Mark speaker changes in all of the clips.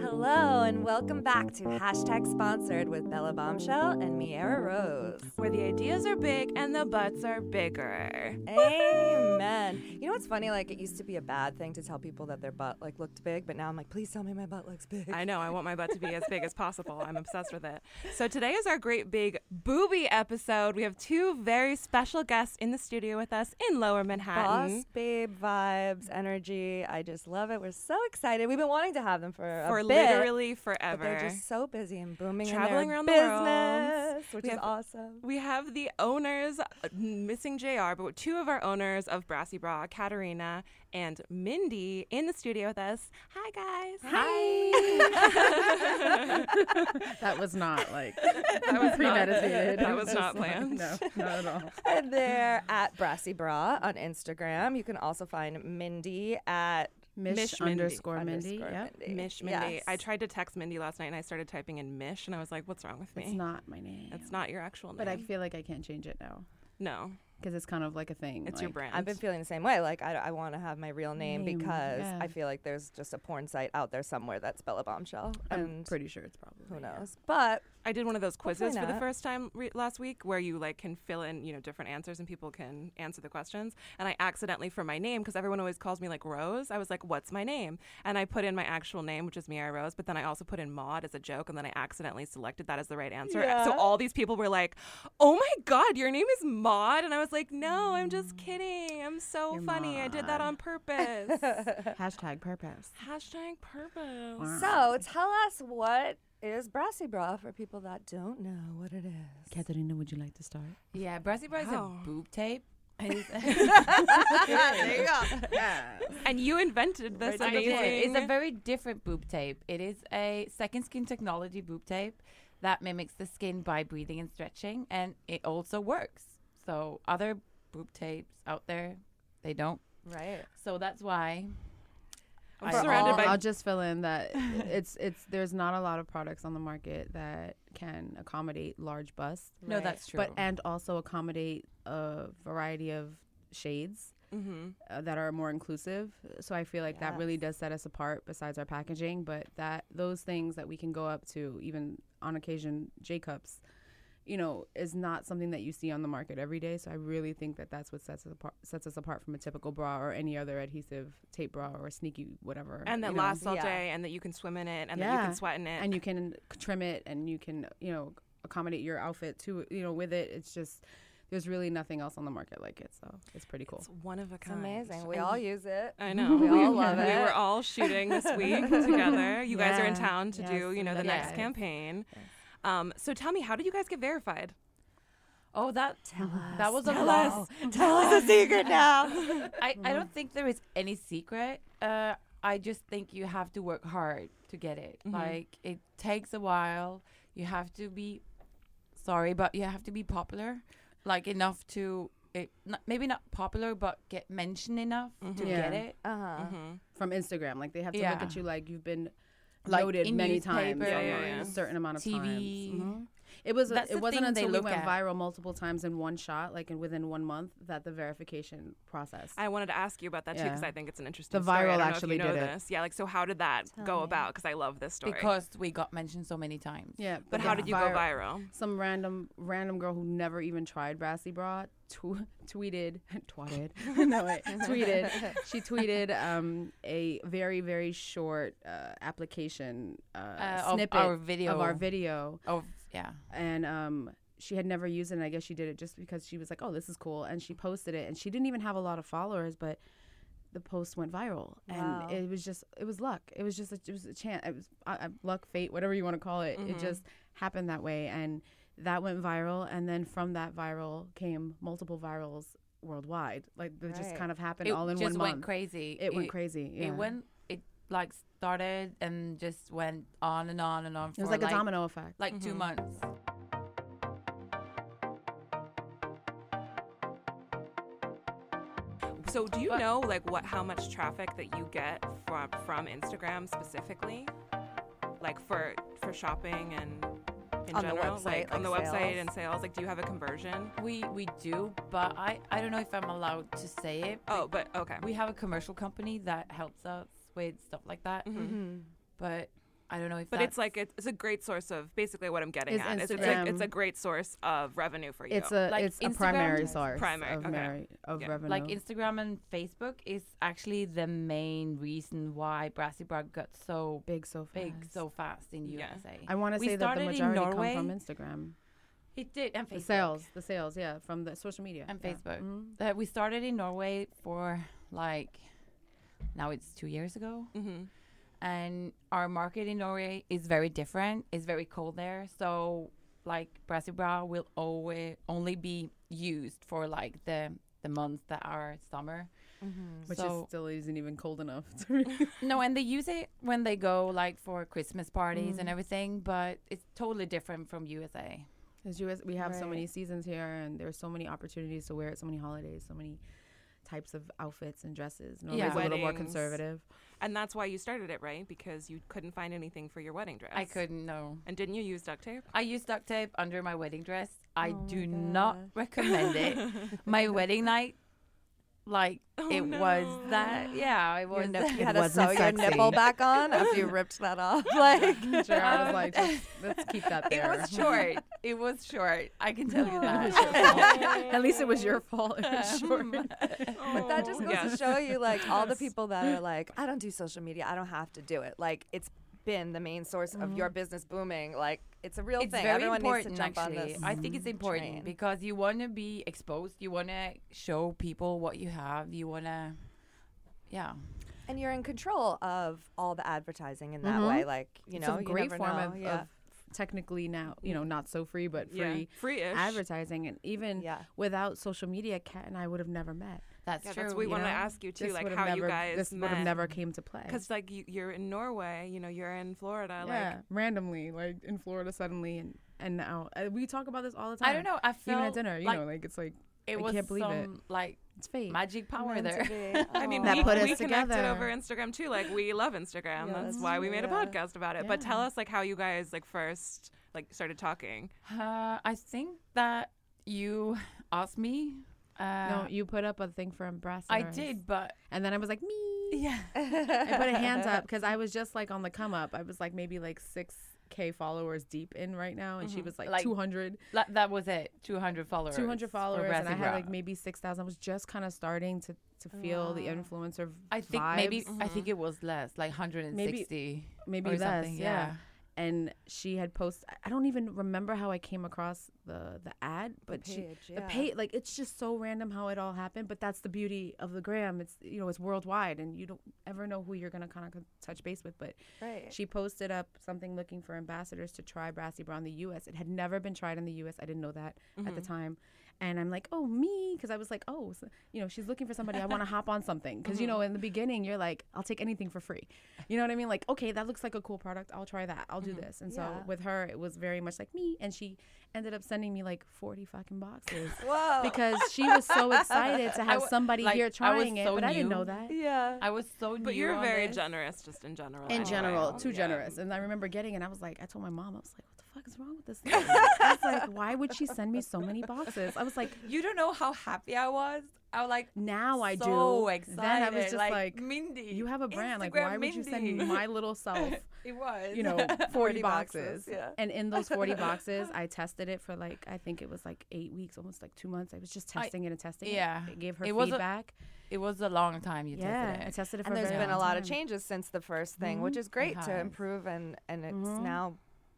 Speaker 1: Hello and welcome back to Hashtag Sponsored with Bella Bombshell and Miera Rose.
Speaker 2: where the ideas are big and the butts are bigger.
Speaker 1: Amen. You know what's funny? Like it used to be a bad thing to tell people that their butt like looked big, but now I'm like, please tell me my butt looks big.
Speaker 2: I know, I want my butt to be as big as possible. I'm obsessed with it. So today is our great big booby episode. We have two very special guests in the studio with us in Lower Manhattan.
Speaker 1: Boss babe vibes, energy. I just love it. We're so excited. We've been wanting to have them for
Speaker 2: For
Speaker 1: a bit,
Speaker 2: literally
Speaker 1: but
Speaker 2: forever.
Speaker 1: they're just so busy and booming, in their
Speaker 2: Traveling around the world.
Speaker 1: business, which
Speaker 2: We
Speaker 1: is
Speaker 2: have-
Speaker 1: awesome.
Speaker 2: We have the owners, uh, missing JR, but two of our owners of Brassy Bra, Katarina and Mindy, in the studio with us. Hi, guys.
Speaker 3: That was not like
Speaker 2: That was not-
Speaker 3: premeditated.
Speaker 2: that
Speaker 3: It
Speaker 2: was
Speaker 3: just
Speaker 2: not
Speaker 3: like,
Speaker 2: planned.
Speaker 3: No, not at all.
Speaker 1: And they're at Brassy Bra on Instagram. You can also find Mindy at
Speaker 3: Mish,
Speaker 2: Mish Mindy.
Speaker 3: underscore Mindy.
Speaker 1: underscore
Speaker 3: Yep.
Speaker 1: Mindy.
Speaker 2: Mish Mindy. I
Speaker 1: Yes.
Speaker 2: tried to text Mindy last night and I started typing in Mish and I was like, what's wrong with me?
Speaker 3: It's not my name.
Speaker 2: It's not your actual name.
Speaker 3: But I feel like I can't change it now
Speaker 2: no,
Speaker 3: because it's kind of like a thing.
Speaker 2: it's your
Speaker 3: like-
Speaker 2: brand.
Speaker 1: I've been feeling the same way. Like I, I want to have my real name,
Speaker 3: Name,
Speaker 1: because
Speaker 3: yeah.
Speaker 1: I feel like there's just a porn site out there somewhere that's Bella Bombshell,
Speaker 3: I'm
Speaker 1: and
Speaker 3: pretty sure it's probably.
Speaker 1: who
Speaker 3: yeah.
Speaker 1: knows? But
Speaker 2: I did one of those quizzes for the
Speaker 1: not.
Speaker 2: first time re- last week where you like can fill in, you know, different answers and people can answer the questions. And I accidentally for my name because everyone always calls me like Rose. I was like, "What's my name?" And I put in my actual name, which is Mia Rose, but then I also put in Maud as a joke and then I accidentally selected that as the right answer. So
Speaker 1: Yeah.
Speaker 2: all these people were like, "Oh my god, your name is Maud." And I was like, "No, I'm just kidding. I'm so
Speaker 3: Mm. You're
Speaker 2: funny. I did that
Speaker 3: Maude."
Speaker 2: on purpose."
Speaker 3: Hashtag purpose.
Speaker 2: Hashtag purpose.
Speaker 3: Uh-huh.
Speaker 1: so tell us what is Brassy Bra for people that don't know what it is.
Speaker 3: Katerina, would you like to start?
Speaker 4: Yeah, Brassy Bra is
Speaker 2: Wow.
Speaker 4: a boob tape.
Speaker 1: there you go.
Speaker 3: Yes.
Speaker 2: And you invented this
Speaker 4: I
Speaker 2: amazing.
Speaker 4: did. It's a very different boob tape. It is a second skin technology boob tape that mimics the skin by breathing and stretching, and it also works. So other boob tapes out there, they don't.
Speaker 1: Right.
Speaker 4: So that's why.
Speaker 2: I'm
Speaker 4: I-
Speaker 2: surrounded
Speaker 3: I'll,
Speaker 2: by
Speaker 3: I'll just fill in that it's it's there's not a lot of products on the market that can accommodate large busts,
Speaker 4: No,
Speaker 1: Right.
Speaker 4: that's true.
Speaker 3: but and also accommodate a variety of shades.
Speaker 2: mm-hmm.
Speaker 3: uh, that are more inclusive. So I feel like that really does set us apart besides our packaging, but that those things that we can go up to even on occasion J cups you know is not something that you see on the market every day so i really think that that's what sets us apart sets us apart from a typical bra or any other adhesive tape bra or sneaky whatever
Speaker 2: and that
Speaker 3: you know.
Speaker 2: lasts all
Speaker 1: Yeah.
Speaker 2: day, and that you can swim in it, and that you
Speaker 3: Yeah.
Speaker 2: can sweat in it.
Speaker 3: and you can trim it and you can you know accommodate your outfit to you know with it it's just there's really nothing else on the market like it so it's pretty cool
Speaker 2: it's one of a
Speaker 1: It's
Speaker 2: kind.
Speaker 1: amazing. We all use it.
Speaker 2: I know.
Speaker 1: We all love
Speaker 2: we
Speaker 1: it.
Speaker 2: were all shooting this week together. You guys are in
Speaker 3: Yeah.
Speaker 2: town to do,
Speaker 3: Yes,
Speaker 2: you know, the
Speaker 3: yes.
Speaker 2: next
Speaker 4: Yes.
Speaker 2: campaign. Um, so tell me, how did you guys get verified?
Speaker 4: oh, that
Speaker 1: Tell us.
Speaker 4: that was a
Speaker 2: Tell
Speaker 4: long-
Speaker 2: us.
Speaker 1: Tell us a secret now.
Speaker 4: I, I don't think there is any secret. Uh, I just think you have to work hard to get it. Like it takes a while. You have to be sorry, but you have to be popular, like enough to it. Not, maybe not popular, but get mentioned enough to get
Speaker 3: Yeah.
Speaker 4: it.
Speaker 1: Uh-huh.
Speaker 2: Mm-hmm.
Speaker 3: from Instagram. Like they have to look
Speaker 4: Yeah.
Speaker 3: at you like you've been
Speaker 4: Like,
Speaker 3: noted
Speaker 4: in
Speaker 3: many times
Speaker 4: newspapers,
Speaker 3: online,
Speaker 2: Yeah, yeah, yeah.
Speaker 3: a certain amount of times.
Speaker 4: TV.
Speaker 3: Mhm. It was
Speaker 4: That's
Speaker 3: it
Speaker 4: the
Speaker 3: wasn't
Speaker 4: thing they
Speaker 3: until we
Speaker 4: look
Speaker 3: went
Speaker 4: at.
Speaker 3: viral multiple times in one shot, like in, within one month, that the verification process.
Speaker 2: I wanted to ask you about that too because
Speaker 3: Yeah.
Speaker 2: I think it's an interesting
Speaker 3: The
Speaker 2: story. I
Speaker 3: viral
Speaker 2: don't know if
Speaker 3: actually
Speaker 2: you know
Speaker 3: did it.
Speaker 2: this. Yeah, like so how did that go about? Because I love this story.
Speaker 4: Because we got mentioned so many times.
Speaker 3: yeah,
Speaker 2: but how
Speaker 3: yeah.
Speaker 2: did you
Speaker 3: Vir-
Speaker 2: go viral?
Speaker 3: Some random random girl who never even tried Brassy Bra tw- tweeted, twatted, no wait, tweeted. She tweeted um, a very very short uh, application uh,
Speaker 4: Uh, of
Speaker 3: snippet
Speaker 4: our video.
Speaker 3: of our video,
Speaker 4: Oh yeah.
Speaker 3: and um, she had never used it and I guess she did it just because she was like, "Oh, this is cool." And she posted it and she didn't even have a lot of followers, but the post went viral
Speaker 1: Wow.
Speaker 3: and it was just it was luck. It was just a, it was a chance. It was uh, uh, luck, fate, whatever you want to call it.
Speaker 4: Mm-hmm.
Speaker 3: It just happened that way and that went viral and then from that viral came multiple virals worldwide. Like they just
Speaker 1: Right.
Speaker 3: kind of happened
Speaker 4: it
Speaker 3: all in
Speaker 4: just
Speaker 3: one
Speaker 4: went
Speaker 3: month.
Speaker 4: crazy.
Speaker 3: It went crazy. Yeah.
Speaker 4: It went. It like started and just went on and on and on.
Speaker 3: It was
Speaker 4: for,
Speaker 3: like a domino effect.
Speaker 4: Like two
Speaker 2: Mm-hmm.
Speaker 4: months.
Speaker 2: So do you know like what how much traffic that you get from from Instagram specifically? Like for for shopping and in
Speaker 1: On the
Speaker 2: general,
Speaker 1: website,
Speaker 2: like, on
Speaker 1: like
Speaker 2: the
Speaker 1: sales?
Speaker 2: website and sales, like do you have a conversion?
Speaker 4: We we do, but I I don't know if I'm allowed to say it.
Speaker 2: Oh, but okay.
Speaker 4: We have a commercial company that helps us with stuff like that.
Speaker 1: mm-hmm.
Speaker 4: mm-hmm. But I don't know if.
Speaker 2: Mm-hmm. but
Speaker 4: that's,
Speaker 2: it's like it's, it's a great source of basically what I'm getting
Speaker 3: Is
Speaker 2: at. It's, it's, like, it's
Speaker 3: Instagram-
Speaker 2: a great source of revenue for you.
Speaker 3: It's a
Speaker 4: Like
Speaker 3: it's a
Speaker 4: Instagram
Speaker 3: primary
Speaker 4: is
Speaker 3: source
Speaker 2: primary,
Speaker 3: of,
Speaker 2: okay.
Speaker 3: mari- of
Speaker 2: Yeah.
Speaker 3: revenue.
Speaker 4: like Instagram and Facebook is actually the main reason why Brassy Brug got so
Speaker 3: big so fast.
Speaker 4: big so fast in
Speaker 2: Yeah.
Speaker 4: USA.
Speaker 3: I want to
Speaker 4: We
Speaker 3: say that the
Speaker 4: started in
Speaker 3: majority
Speaker 4: Norway.
Speaker 3: come from Instagram.
Speaker 4: It did and
Speaker 3: The
Speaker 4: Facebook.
Speaker 3: sales, the sales, yeah, from the social media
Speaker 4: and
Speaker 3: yeah.
Speaker 4: Facebook.
Speaker 3: Mhm.
Speaker 4: That we started in Norway for like now it's two years ago,
Speaker 2: mm-hmm.
Speaker 4: and our market in Norway is very different. It's very cold there, so like Brassy Bra will always only be used for like the the months that are summer.
Speaker 3: Which
Speaker 4: So-
Speaker 3: is still isn't even cold enough. To
Speaker 4: No, and they use it when they go like for Christmas parties and everything, but it's totally different from USA.
Speaker 3: As US, we have so
Speaker 4: Right.
Speaker 3: many seasons here, and there's so many opportunities to wear it, so many holidays, so many types of outfits and dresses. Norway's
Speaker 4: Yeah.
Speaker 3: a little more
Speaker 2: Weddings.
Speaker 3: conservative.
Speaker 2: And that's why you started it, right? Because you couldn't find anything for your wedding dress.
Speaker 4: I couldn't know.
Speaker 2: And didn't you use duct tape?
Speaker 4: I use duct tape under my wedding dress. I do not recommend it. my wedding night, like it was that. Yeah,
Speaker 1: Your
Speaker 4: it was.
Speaker 1: nip- you had
Speaker 4: it
Speaker 1: to sew your nipple back on after you ripped that off. Like,
Speaker 3: Gerard was like, "Just- let's keep that
Speaker 4: Um, It
Speaker 3: there.
Speaker 4: was short. It was short. I can tell you that.
Speaker 3: At least it was your fault. It was short.
Speaker 1: but that just goes to
Speaker 2: Oh, Yes.
Speaker 1: show you, like, all the people that are like, I don't do social media. I don't have to do it. Like, it's been the main source of
Speaker 4: Mm-hmm.
Speaker 1: your business booming. Like, it's a real
Speaker 4: It's
Speaker 1: thing.
Speaker 4: very
Speaker 1: Everyone needs to
Speaker 4: important,
Speaker 1: jump
Speaker 4: actually.
Speaker 1: on this.
Speaker 4: I think it's important
Speaker 1: train.
Speaker 4: because you want to be exposed. You want to show people what you have. You want to, yeah.
Speaker 1: and you're in control of all the advertising in
Speaker 4: Mm-hmm.
Speaker 1: that
Speaker 3: Mhm.
Speaker 1: way. Like, you know,
Speaker 3: it's a
Speaker 1: you
Speaker 3: great
Speaker 1: never
Speaker 3: form
Speaker 1: know.
Speaker 3: Of,
Speaker 1: yeah.
Speaker 3: of technically now, you
Speaker 4: Mm.
Speaker 3: know, not so free, but free
Speaker 2: Free ish.
Speaker 3: advertising. And even
Speaker 1: Yeah.
Speaker 3: without social media, Kat and I would have never met.
Speaker 4: That's
Speaker 2: Yeah,
Speaker 4: true.
Speaker 2: that's what we
Speaker 4: you
Speaker 2: want to
Speaker 4: know?
Speaker 2: ask you too,
Speaker 3: This
Speaker 2: like
Speaker 3: would have
Speaker 2: how you
Speaker 3: never-
Speaker 2: guys
Speaker 3: this would
Speaker 2: met.
Speaker 3: have never came to play.
Speaker 2: Because like you, you're in Norway, you know, you're in Florida,
Speaker 3: yeah,
Speaker 2: uh, like
Speaker 3: randomly, like in Florida suddenly, and and now uh, we talk about this all the time.
Speaker 4: I don't know. I feel
Speaker 3: Even at dinner, you
Speaker 4: like
Speaker 3: know, like it's like
Speaker 4: it
Speaker 3: I
Speaker 4: was
Speaker 3: can't believe
Speaker 4: some
Speaker 3: it.
Speaker 4: like
Speaker 3: it's fate.
Speaker 4: magic power
Speaker 1: Meant to
Speaker 4: there.
Speaker 1: be.
Speaker 2: I mean,
Speaker 1: Aw.
Speaker 3: That
Speaker 2: we,
Speaker 3: put
Speaker 2: we
Speaker 3: us
Speaker 2: connected
Speaker 3: together.
Speaker 2: over Instagram too. Like we love Instagram.
Speaker 1: Yeah,
Speaker 2: that's
Speaker 1: that's
Speaker 2: why we
Speaker 1: true,
Speaker 2: made a
Speaker 1: yeah.
Speaker 2: podcast about it. But tell us like how you guys like first like started talking.
Speaker 4: Uh, I think that you asked me. Uh,
Speaker 3: no, you put up a thing for ambassadors.
Speaker 4: I did, but
Speaker 3: and then I was like me.
Speaker 4: yeah,
Speaker 3: I put a hand up because I was just like on the come up. I was like maybe like six k followers deep in right now, and she was like,
Speaker 4: Like-
Speaker 3: 200,
Speaker 4: like, that was it. Two hundred followers.
Speaker 3: 200
Speaker 4: for
Speaker 3: followers, and I had
Speaker 4: Brassy Bra.
Speaker 3: like maybe six thousand. I was just kind of starting to to feel the influencer. v-
Speaker 4: I think maybe
Speaker 1: Mm-hmm.
Speaker 3: vibes. Mm-hmm.
Speaker 4: I think it was less, like hundred and sixty.
Speaker 3: maybe
Speaker 4: or
Speaker 3: less,
Speaker 4: something,
Speaker 3: yeah. And she had post. I- I don't even remember how I came across the the ad, but she
Speaker 1: page,
Speaker 3: the
Speaker 1: yeah.
Speaker 3: page like it's just so random how it all happened. But that's the beauty of the gram. It's you know it's worldwide, and you don't ever know who you're gonna kind of touch base with. But
Speaker 1: Right.
Speaker 3: she posted up something looking for ambassadors to try Brassy Bra in the U.S. It had never been tried in the U.S. I didn't know that at
Speaker 4: Mm-hmm.
Speaker 3: the time, and I'm like, oh me, because I was like, oh, so, you know, she's looking for somebody. I want to hop on something because you
Speaker 4: Mm-hmm.
Speaker 3: know, in the beginning, you're like, I'll take anything for free. You know what I mean? Like, okay, that looks like a cool product. I'll try that. I'll
Speaker 4: Mm-hmm.
Speaker 3: do this. And so
Speaker 1: Yeah.
Speaker 3: with her, it was very much like me, and she ended up sending me like 40 fucking boxes.
Speaker 1: Whoa.
Speaker 3: Because she was so excited to have
Speaker 4: wa-
Speaker 3: somebody
Speaker 4: like, I
Speaker 3: here
Speaker 4: was
Speaker 3: trying it,
Speaker 4: so
Speaker 3: but I didn't
Speaker 4: new.
Speaker 3: know that
Speaker 1: yeah.
Speaker 4: I was so.
Speaker 2: But
Speaker 4: new
Speaker 2: you're
Speaker 4: on
Speaker 2: very
Speaker 4: this.
Speaker 2: generous, just in general.
Speaker 3: in
Speaker 2: anyway.
Speaker 3: general, too
Speaker 2: Yeah.
Speaker 3: generous. And I remember getting it. I was like, I told my mom, I was like, what the fuck is wrong with this? Thing? I was like, why would she send me so many boxes? I was like,
Speaker 4: You don't know how happy I was. I was like
Speaker 3: now I
Speaker 4: so
Speaker 3: do.
Speaker 4: Excited.
Speaker 3: Then I was just like,
Speaker 4: Mindy,
Speaker 3: you have a brand. like,
Speaker 4: Instagram
Speaker 3: why would you send
Speaker 4: Mindy."
Speaker 3: my little self?
Speaker 4: It was.
Speaker 3: You know, 40,
Speaker 1: 40
Speaker 3: boxes.
Speaker 1: boxes, yeah.
Speaker 3: And in those 40 boxes, I tested it for like, I think it was like eight weeks, almost like two months. I was just
Speaker 4: I-
Speaker 3: testing it and testing
Speaker 4: yeah.
Speaker 3: it. I gave her
Speaker 4: It wasn't-
Speaker 3: feedback.
Speaker 4: it was a long time you
Speaker 3: yeah.
Speaker 4: tested it.
Speaker 3: I tested it for
Speaker 1: and
Speaker 3: a
Speaker 1: there's
Speaker 3: very
Speaker 1: been a
Speaker 3: long
Speaker 1: lot of
Speaker 3: time.
Speaker 1: changes since the first thing, which is great to
Speaker 4: has.
Speaker 1: improve and and it's now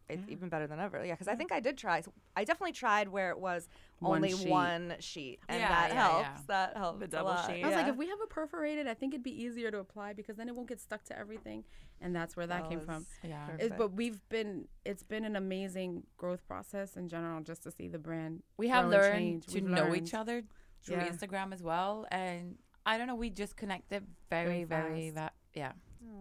Speaker 1: it's even better than ever. Yeah, because I think I did try. I definitely tried where it was
Speaker 3: One
Speaker 1: only
Speaker 3: sheet.
Speaker 1: one sheet, and
Speaker 4: Yeah,
Speaker 1: that
Speaker 4: yeah,
Speaker 1: helps.
Speaker 4: yeah.
Speaker 1: That helps.
Speaker 2: double
Speaker 1: a lot.
Speaker 2: sheet.
Speaker 3: I was like,
Speaker 1: yeah.
Speaker 3: if we have a perforated, I think it'd be easier to apply because then it won't get stuck to everything, and that's where that,
Speaker 1: That
Speaker 3: came from.
Speaker 1: was
Speaker 4: Yeah.
Speaker 1: perfect.
Speaker 3: It's, but we've been it's been an amazing growth process in general just to see the brand.
Speaker 4: we have
Speaker 3: grow and
Speaker 4: learned
Speaker 3: change.
Speaker 4: to
Speaker 3: We've
Speaker 4: know
Speaker 3: learned.
Speaker 4: each other through
Speaker 3: Yeah.
Speaker 4: Instagram as well, and I don't know, we just connected very, very, va- yeah,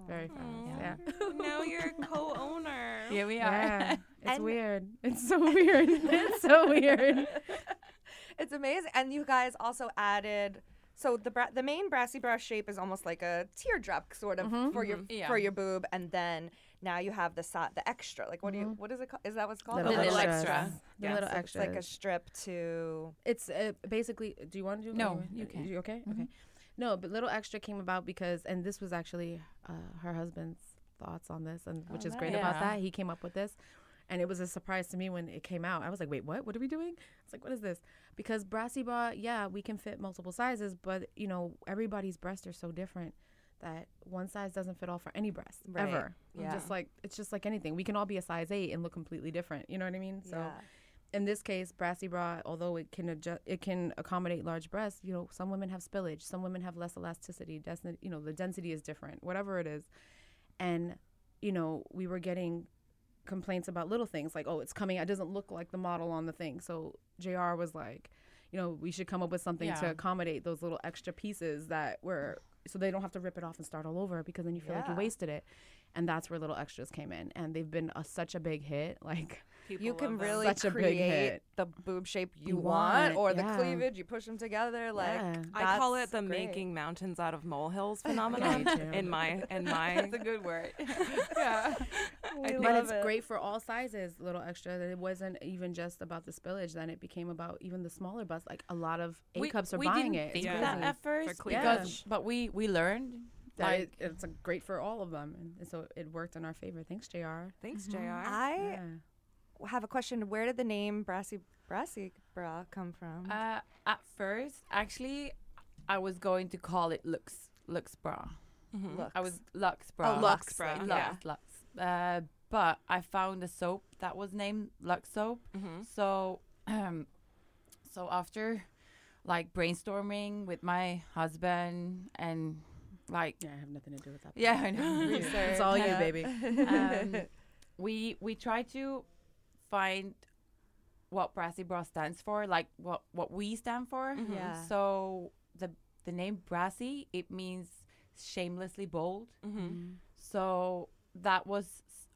Speaker 3: very fast. Yeah,
Speaker 2: now you're a co-owner.
Speaker 4: yeah, we are.
Speaker 3: yeah. it's
Speaker 1: And-
Speaker 3: weird. It's so weird. it's so weird.
Speaker 1: It's amazing. And you guys also added so the bra- the main brassy bra shape is almost like a teardrop sort of for your
Speaker 4: Yeah.
Speaker 1: for your boob, and then now you have the si- the extra. Like what do you what is it called? Is that what's called?
Speaker 4: Little
Speaker 1: The
Speaker 4: extras.
Speaker 3: The
Speaker 2: Yeah,
Speaker 3: little
Speaker 1: so
Speaker 3: extras.
Speaker 1: It's like a strip to
Speaker 3: it's uh, basically do you want to do
Speaker 4: No,
Speaker 3: or-
Speaker 4: you can.
Speaker 3: you okay okay no but little extra came about because and this was actually uh, her husband's thoughts on this and which is great about
Speaker 4: nice.
Speaker 3: that he came up with this and it was a surprise to me when it came out i was like wait what what are we doing it's like what is this because brassy bra yeah we can fit multiple sizes but you know everybody's breasts are so different that one size doesn't fit all for any breast
Speaker 1: Right.
Speaker 3: ever
Speaker 1: Yeah.
Speaker 3: just like it's just like anything we can all be a size eight and look completely different you know what i mean so
Speaker 1: Yeah.
Speaker 3: in this case, brassy bra, although it can adjust, it can accommodate large breasts. You know, some women have spillage, some women have less elasticity. Density, you know, the density is different, whatever it is. And you know, we were getting complaints about little things like, oh, it's coming, it doesn't look like the model on the thing. So Jr. was like, you know, we should come up with something to
Speaker 4: Yeah.
Speaker 3: accommodate those little extra pieces that were so they don't have to rip it off and start all over because then you feel like you
Speaker 1: Yeah.
Speaker 3: wasted it. And that's where little extras came in, and they've been a, such a big hit. Like.
Speaker 2: People
Speaker 1: you
Speaker 2: love
Speaker 1: can
Speaker 2: them.
Speaker 1: really
Speaker 3: Such a big
Speaker 1: create
Speaker 3: hit.
Speaker 1: the boob shape you,
Speaker 3: You
Speaker 1: want,
Speaker 3: want,
Speaker 1: or
Speaker 3: yeah.
Speaker 1: the cleavage. You push them together. Like
Speaker 3: Yeah.
Speaker 2: I call
Speaker 1: that's
Speaker 2: it the
Speaker 1: great.
Speaker 2: making mountains out of molehills phenomenon.
Speaker 3: too.
Speaker 2: in my in my
Speaker 4: That's a good word. yeah.
Speaker 1: We
Speaker 3: but
Speaker 1: love
Speaker 3: it's
Speaker 1: it.
Speaker 3: great for all sizes, little extra. That it wasn't even just about the spillage. Then it became about even the smaller butts. Like a lot of A cups are
Speaker 4: we
Speaker 3: buying
Speaker 4: didn't
Speaker 3: it. It's
Speaker 4: Think
Speaker 2: Yeah.
Speaker 4: that
Speaker 3: crazy.
Speaker 4: at first,
Speaker 3: cleavage.
Speaker 4: because, but we we learned.
Speaker 3: That
Speaker 4: like,
Speaker 3: it- it's uh, great for all of them, and, and so it worked in our favor. Thanks, Jr.
Speaker 2: Thanks, JR.
Speaker 1: I
Speaker 3: Yeah.
Speaker 1: have a question. Where did the name brassy brassy bra come from?
Speaker 4: Uh, at first, actually, I was going to call it Lux Lux Bra.
Speaker 2: Um,
Speaker 4: I was Lux Bra.
Speaker 2: Lux Lux Bra,
Speaker 4: Oh, Lux.
Speaker 2: Mm-hmm. yeah.
Speaker 4: Lux. Uh, but I found a soap that was named Lux Soap.
Speaker 3: Mm-hmm.
Speaker 4: So, um, so after like brainstorming with my husband and like
Speaker 3: yeah, I have nothing to do with that.
Speaker 4: yeah, I know.
Speaker 3: it's all you,
Speaker 4: research,
Speaker 3: baby.
Speaker 4: um, we we try to find what brassy bra stands for like what what we stand for
Speaker 2: mm-hmm,
Speaker 3: Mm-hmm.
Speaker 1: Yeah.
Speaker 4: so the the name brassy it means shamelessly bold so that was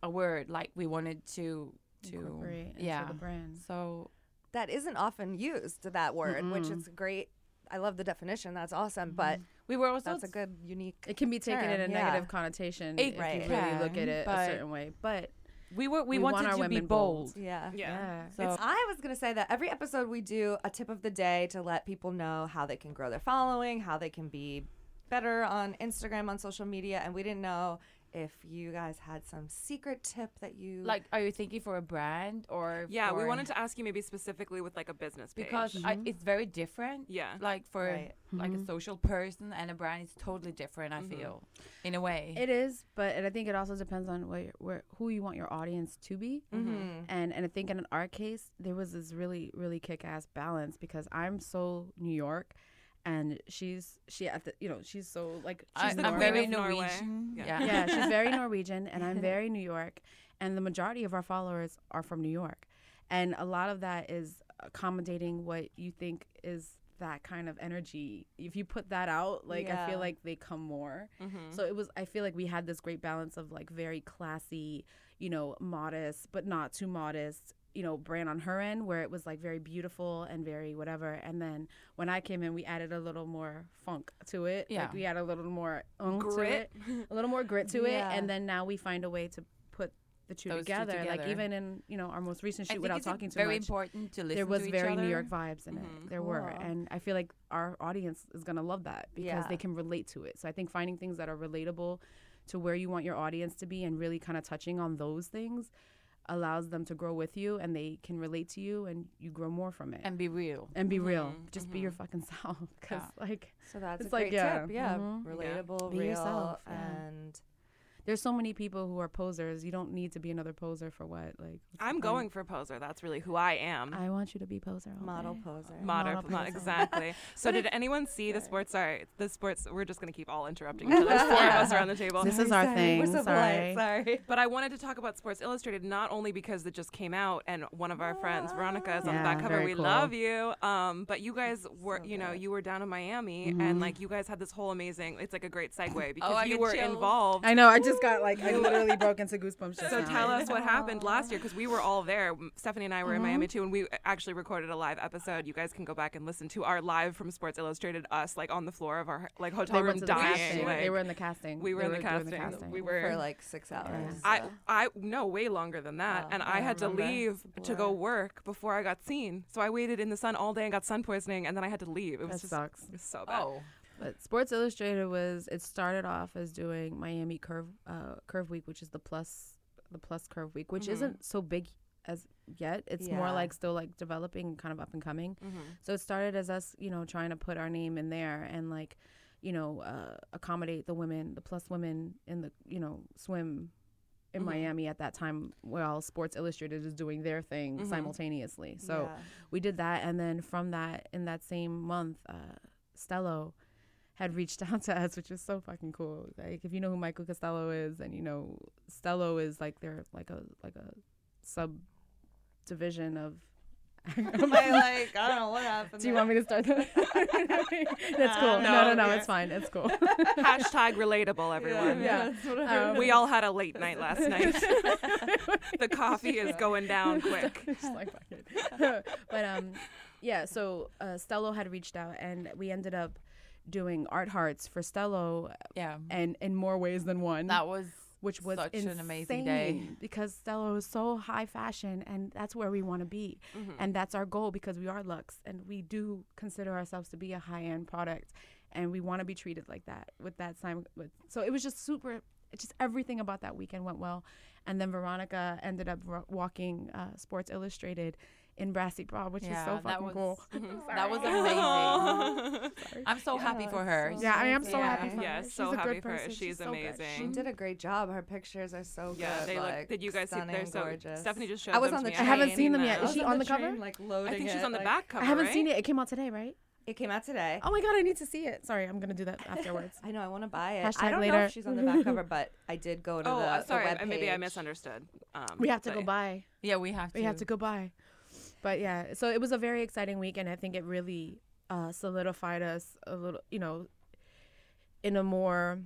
Speaker 4: a word like we wanted to to
Speaker 3: Incorporate into
Speaker 4: yeah
Speaker 3: the brand.
Speaker 4: so
Speaker 1: that isn't often used that word which is great i love the definition that's awesome but
Speaker 2: Mm-hmm.
Speaker 4: we were also
Speaker 1: that's a good unique
Speaker 3: It can be taken in a
Speaker 1: Term, yeah.
Speaker 3: negative connotation if
Speaker 1: right.
Speaker 3: you really look at
Speaker 4: can,
Speaker 3: it a
Speaker 4: but-
Speaker 3: certain way. But
Speaker 4: we were we,
Speaker 3: we want
Speaker 4: wanted
Speaker 3: our
Speaker 4: to be
Speaker 3: women bold.
Speaker 4: bold,
Speaker 1: yeah
Speaker 3: yeah,
Speaker 4: so
Speaker 1: It's- I was going to say that every episode we do a tip of the day to let people know how they can grow their following, how they can be better on Instagram, on social media. And we didn't know if you guys had some secret tip that you
Speaker 4: like are you thinking for a brand or
Speaker 2: Yeah, we
Speaker 4: for-
Speaker 2: wanted to ask you maybe specifically with like a business page.
Speaker 4: because I,
Speaker 3: Mm-hmm.
Speaker 4: it's very different.
Speaker 2: Yeah.
Speaker 4: like for
Speaker 1: Right.
Speaker 4: like a social person and a brand is totally different. I
Speaker 2: Mm-hmm.
Speaker 4: feel, in a way.
Speaker 3: It is, but and I think it also depends on where, where who you want your audience to be.
Speaker 1: Mm-hmm.
Speaker 4: Mm.
Speaker 3: And and I think in our case, there was this really really kick ass balance because I'm so New York, and she's she at the you know she's so like
Speaker 4: I-
Speaker 3: she's
Speaker 4: I'm
Speaker 3: the Norway.
Speaker 4: very
Speaker 2: of Norway.
Speaker 4: Norwegian.
Speaker 2: Yeah.
Speaker 4: Yeah.
Speaker 3: yeah, she's very Norwegian, and I'm very New York, and the majority of our followers are from New York, and a lot of that is accommodating what you think is that kind of energy. If you put that out, like I
Speaker 1: Yeah.
Speaker 3: feel like they come more. So it was. I feel like we had this great balance of like very classy, you know, modest but not too modest. You know, brand on her end where it was like very beautiful and very whatever. And then when I came in, we added a little more funk to it.
Speaker 4: Yeah.
Speaker 3: Like we had a little more oomph to
Speaker 2: Grit.
Speaker 3: it, a little more grit to
Speaker 1: Yeah.
Speaker 3: it, and then now we find a way to put the two,
Speaker 4: Those two
Speaker 3: together. Like
Speaker 4: together.
Speaker 3: even in you know our most recent shoot,
Speaker 4: I think
Speaker 3: without
Speaker 4: it's, like,
Speaker 3: talking too
Speaker 4: very
Speaker 3: much,
Speaker 4: important to listen.
Speaker 3: there was
Speaker 4: to each
Speaker 3: very New
Speaker 4: other. Mm-hmm.
Speaker 3: York vibes in it. There were,
Speaker 1: Cool.
Speaker 3: and I feel like our audience is gonna love that because
Speaker 1: Yeah.
Speaker 3: they can relate to it. So I think finding things that are relatable to where you want your audience to be and really kind of touching on those things allows them to grow with you and they can relate to you and you grow more from it and,
Speaker 4: and Mm-hmm. be real.
Speaker 3: be real just be your fucking self because like
Speaker 1: so that's
Speaker 3: it's
Speaker 1: a
Speaker 3: like,
Speaker 1: great
Speaker 3: yeah,
Speaker 1: tip. Yeah,
Speaker 3: mhm.
Speaker 1: relatable,
Speaker 3: Be
Speaker 1: real
Speaker 3: yourself, yeah.
Speaker 1: and
Speaker 3: there's so many people who are posers. You don't need to be another poser for what? Like what's the
Speaker 2: I'm
Speaker 3: point?
Speaker 2: going for poser. That's really who I am.
Speaker 3: I want you to be poser. All
Speaker 1: Model
Speaker 3: day.
Speaker 1: poser.
Speaker 2: Modern,
Speaker 3: model
Speaker 2: mo-
Speaker 3: poser.
Speaker 2: exactly. So
Speaker 3: But
Speaker 2: did anyone see the sports? Sorry, the sports. We're just gonna keep all interrupting each other. There's four of us around the table.
Speaker 3: This is our thing.
Speaker 1: We're so
Speaker 3: sorry.
Speaker 1: polite. Sorry.
Speaker 2: But I wanted to talk about Sports Illustrated not only because it just came out and one of our friends, Veronica, is on the
Speaker 3: Yeah,
Speaker 2: back cover.
Speaker 3: very
Speaker 2: We
Speaker 3: cool.
Speaker 2: love you. Um, but you guys were,
Speaker 1: so
Speaker 2: you know,
Speaker 1: good.
Speaker 2: you were down in Miami and like you guys had this whole amazing. It's like a great segue because
Speaker 4: Oh, I
Speaker 2: you
Speaker 4: get
Speaker 2: were
Speaker 4: chills.
Speaker 2: involved.
Speaker 3: I know. I just got like I literally broke into goosebumps. Just
Speaker 2: So
Speaker 3: now.
Speaker 2: tell us what happened last year because we were all there. M- Stephanie and I were in Miami
Speaker 3: Mm-hmm.
Speaker 2: too, and we actually recorded a live episode. You guys can go back and listen to our live from Sports Illustrated us like on the floor of our like hotel
Speaker 3: They
Speaker 2: room
Speaker 3: went to the
Speaker 2: dying.
Speaker 3: casting.
Speaker 2: Like,
Speaker 3: They were in the casting.
Speaker 2: we were
Speaker 3: They
Speaker 2: in the
Speaker 3: doing
Speaker 2: casting. We were
Speaker 1: For like six hours.
Speaker 2: I
Speaker 1: so.
Speaker 2: I no way longer than that,
Speaker 3: Oh,
Speaker 1: Wow.
Speaker 2: and
Speaker 1: I
Speaker 2: I had to
Speaker 1: remember.
Speaker 2: leave to go work before I got seen. So I waited in the sun all day and got sun poisoning, and then I had to leave. It was
Speaker 3: That
Speaker 2: just
Speaker 3: sucks.
Speaker 2: it was so bad.
Speaker 4: Oh,
Speaker 3: But Sports Illustrated was it started off as doing Miami Curve uh, Curve Week, which is the plus the plus Curve Week, which isn't so big as yet. It's more
Speaker 1: Mm-hmm. Yeah. Mm-hmm.
Speaker 3: like still like developing, kind of up and coming. So it started as us, you know, trying to put our name in there and like, you know, uh, accommodate the women, the plus women in the you know swim in
Speaker 1: Mm-hmm.
Speaker 3: Miami at that time, while Sports Illustrated is doing their thing simultaneously. So
Speaker 1: Mm-hmm. Yeah.
Speaker 3: we did that and then from that in that same month uh, stello had reached out to us which was so fucking cool like if you know who michael costello is and you know stello is like they're like a like a subdivision of
Speaker 1: I, like I don't know what happened.
Speaker 3: do you want me to start that that's cool no no no it's fine it's cool
Speaker 2: Hashtag relatable, everyone.
Speaker 3: yeah Um,
Speaker 2: We all had a late night last night. the coffee is going down quick.
Speaker 3: Just like, fuck it. but um, yeah. So uh, Stello had reached out, and we ended up doing art hearts for Stello,
Speaker 4: yeah.
Speaker 2: Mm-hmm.
Speaker 3: and in more ways than one.
Speaker 4: That was
Speaker 3: which was
Speaker 4: such
Speaker 3: insane
Speaker 4: an amazing day.
Speaker 3: because Stello is so high fashion, and that's where we want to be, and that's our goal because we are Lux, and we do consider ourselves to be a high end product, and we want to be treated like that with that time. With, so it was just super. it Just everything about that weekend went well, and then Veronica ended up ro- walking uh, Sports Illustrated in Brassy Bra, which
Speaker 4: yeah,
Speaker 3: was so
Speaker 4: that
Speaker 3: fucking
Speaker 4: was, Mm-hmm. mhm,
Speaker 3: cool.
Speaker 4: That was amazing. I'm so happy for her.
Speaker 3: Yeah, I am so
Speaker 4: Yeah.
Speaker 3: happy for
Speaker 2: Yeah,
Speaker 3: her.
Speaker 2: so
Speaker 3: She's a good
Speaker 2: happy for her.
Speaker 3: person.
Speaker 2: She's
Speaker 3: so good.
Speaker 2: amazing.
Speaker 1: She did a great job. Her pictures are so
Speaker 2: Mm-hmm. Yeah,
Speaker 1: good.
Speaker 2: they look-
Speaker 1: like,
Speaker 2: did you guys see-
Speaker 1: stunning,
Speaker 2: they're so-
Speaker 1: gorgeous.
Speaker 2: Stephanie just showed
Speaker 1: I was
Speaker 2: them
Speaker 1: on
Speaker 2: to
Speaker 1: the
Speaker 2: me.
Speaker 1: train.
Speaker 3: I haven't seen them yet.
Speaker 1: I
Speaker 3: Is
Speaker 1: was
Speaker 3: she on the cover?
Speaker 1: train, like loading
Speaker 2: I think she's
Speaker 1: it,
Speaker 2: on the
Speaker 1: like-
Speaker 2: back cover.
Speaker 3: I haven't
Speaker 2: right?
Speaker 3: seen it. It came out today, right?
Speaker 1: It came out today.
Speaker 3: Oh my god, I need to see it. Sorry, I'm gonna do that afterwards.
Speaker 1: I know. I want to buy it. I
Speaker 3: Hashtag
Speaker 1: don't know
Speaker 3: later.
Speaker 1: if she's on the back cover, but I did go to
Speaker 2: Oh,
Speaker 1: the,
Speaker 2: uh,
Speaker 1: the
Speaker 2: sorry.
Speaker 1: webpage.
Speaker 2: uh, maybe I misunderstood. Um,
Speaker 3: we have to
Speaker 2: but
Speaker 3: go
Speaker 2: yeah.
Speaker 3: by.
Speaker 4: Yeah, we have to.
Speaker 3: We have to go by. But yeah, so it was a very exciting week, and I think it really uh, solidified us a little, you know, in a more,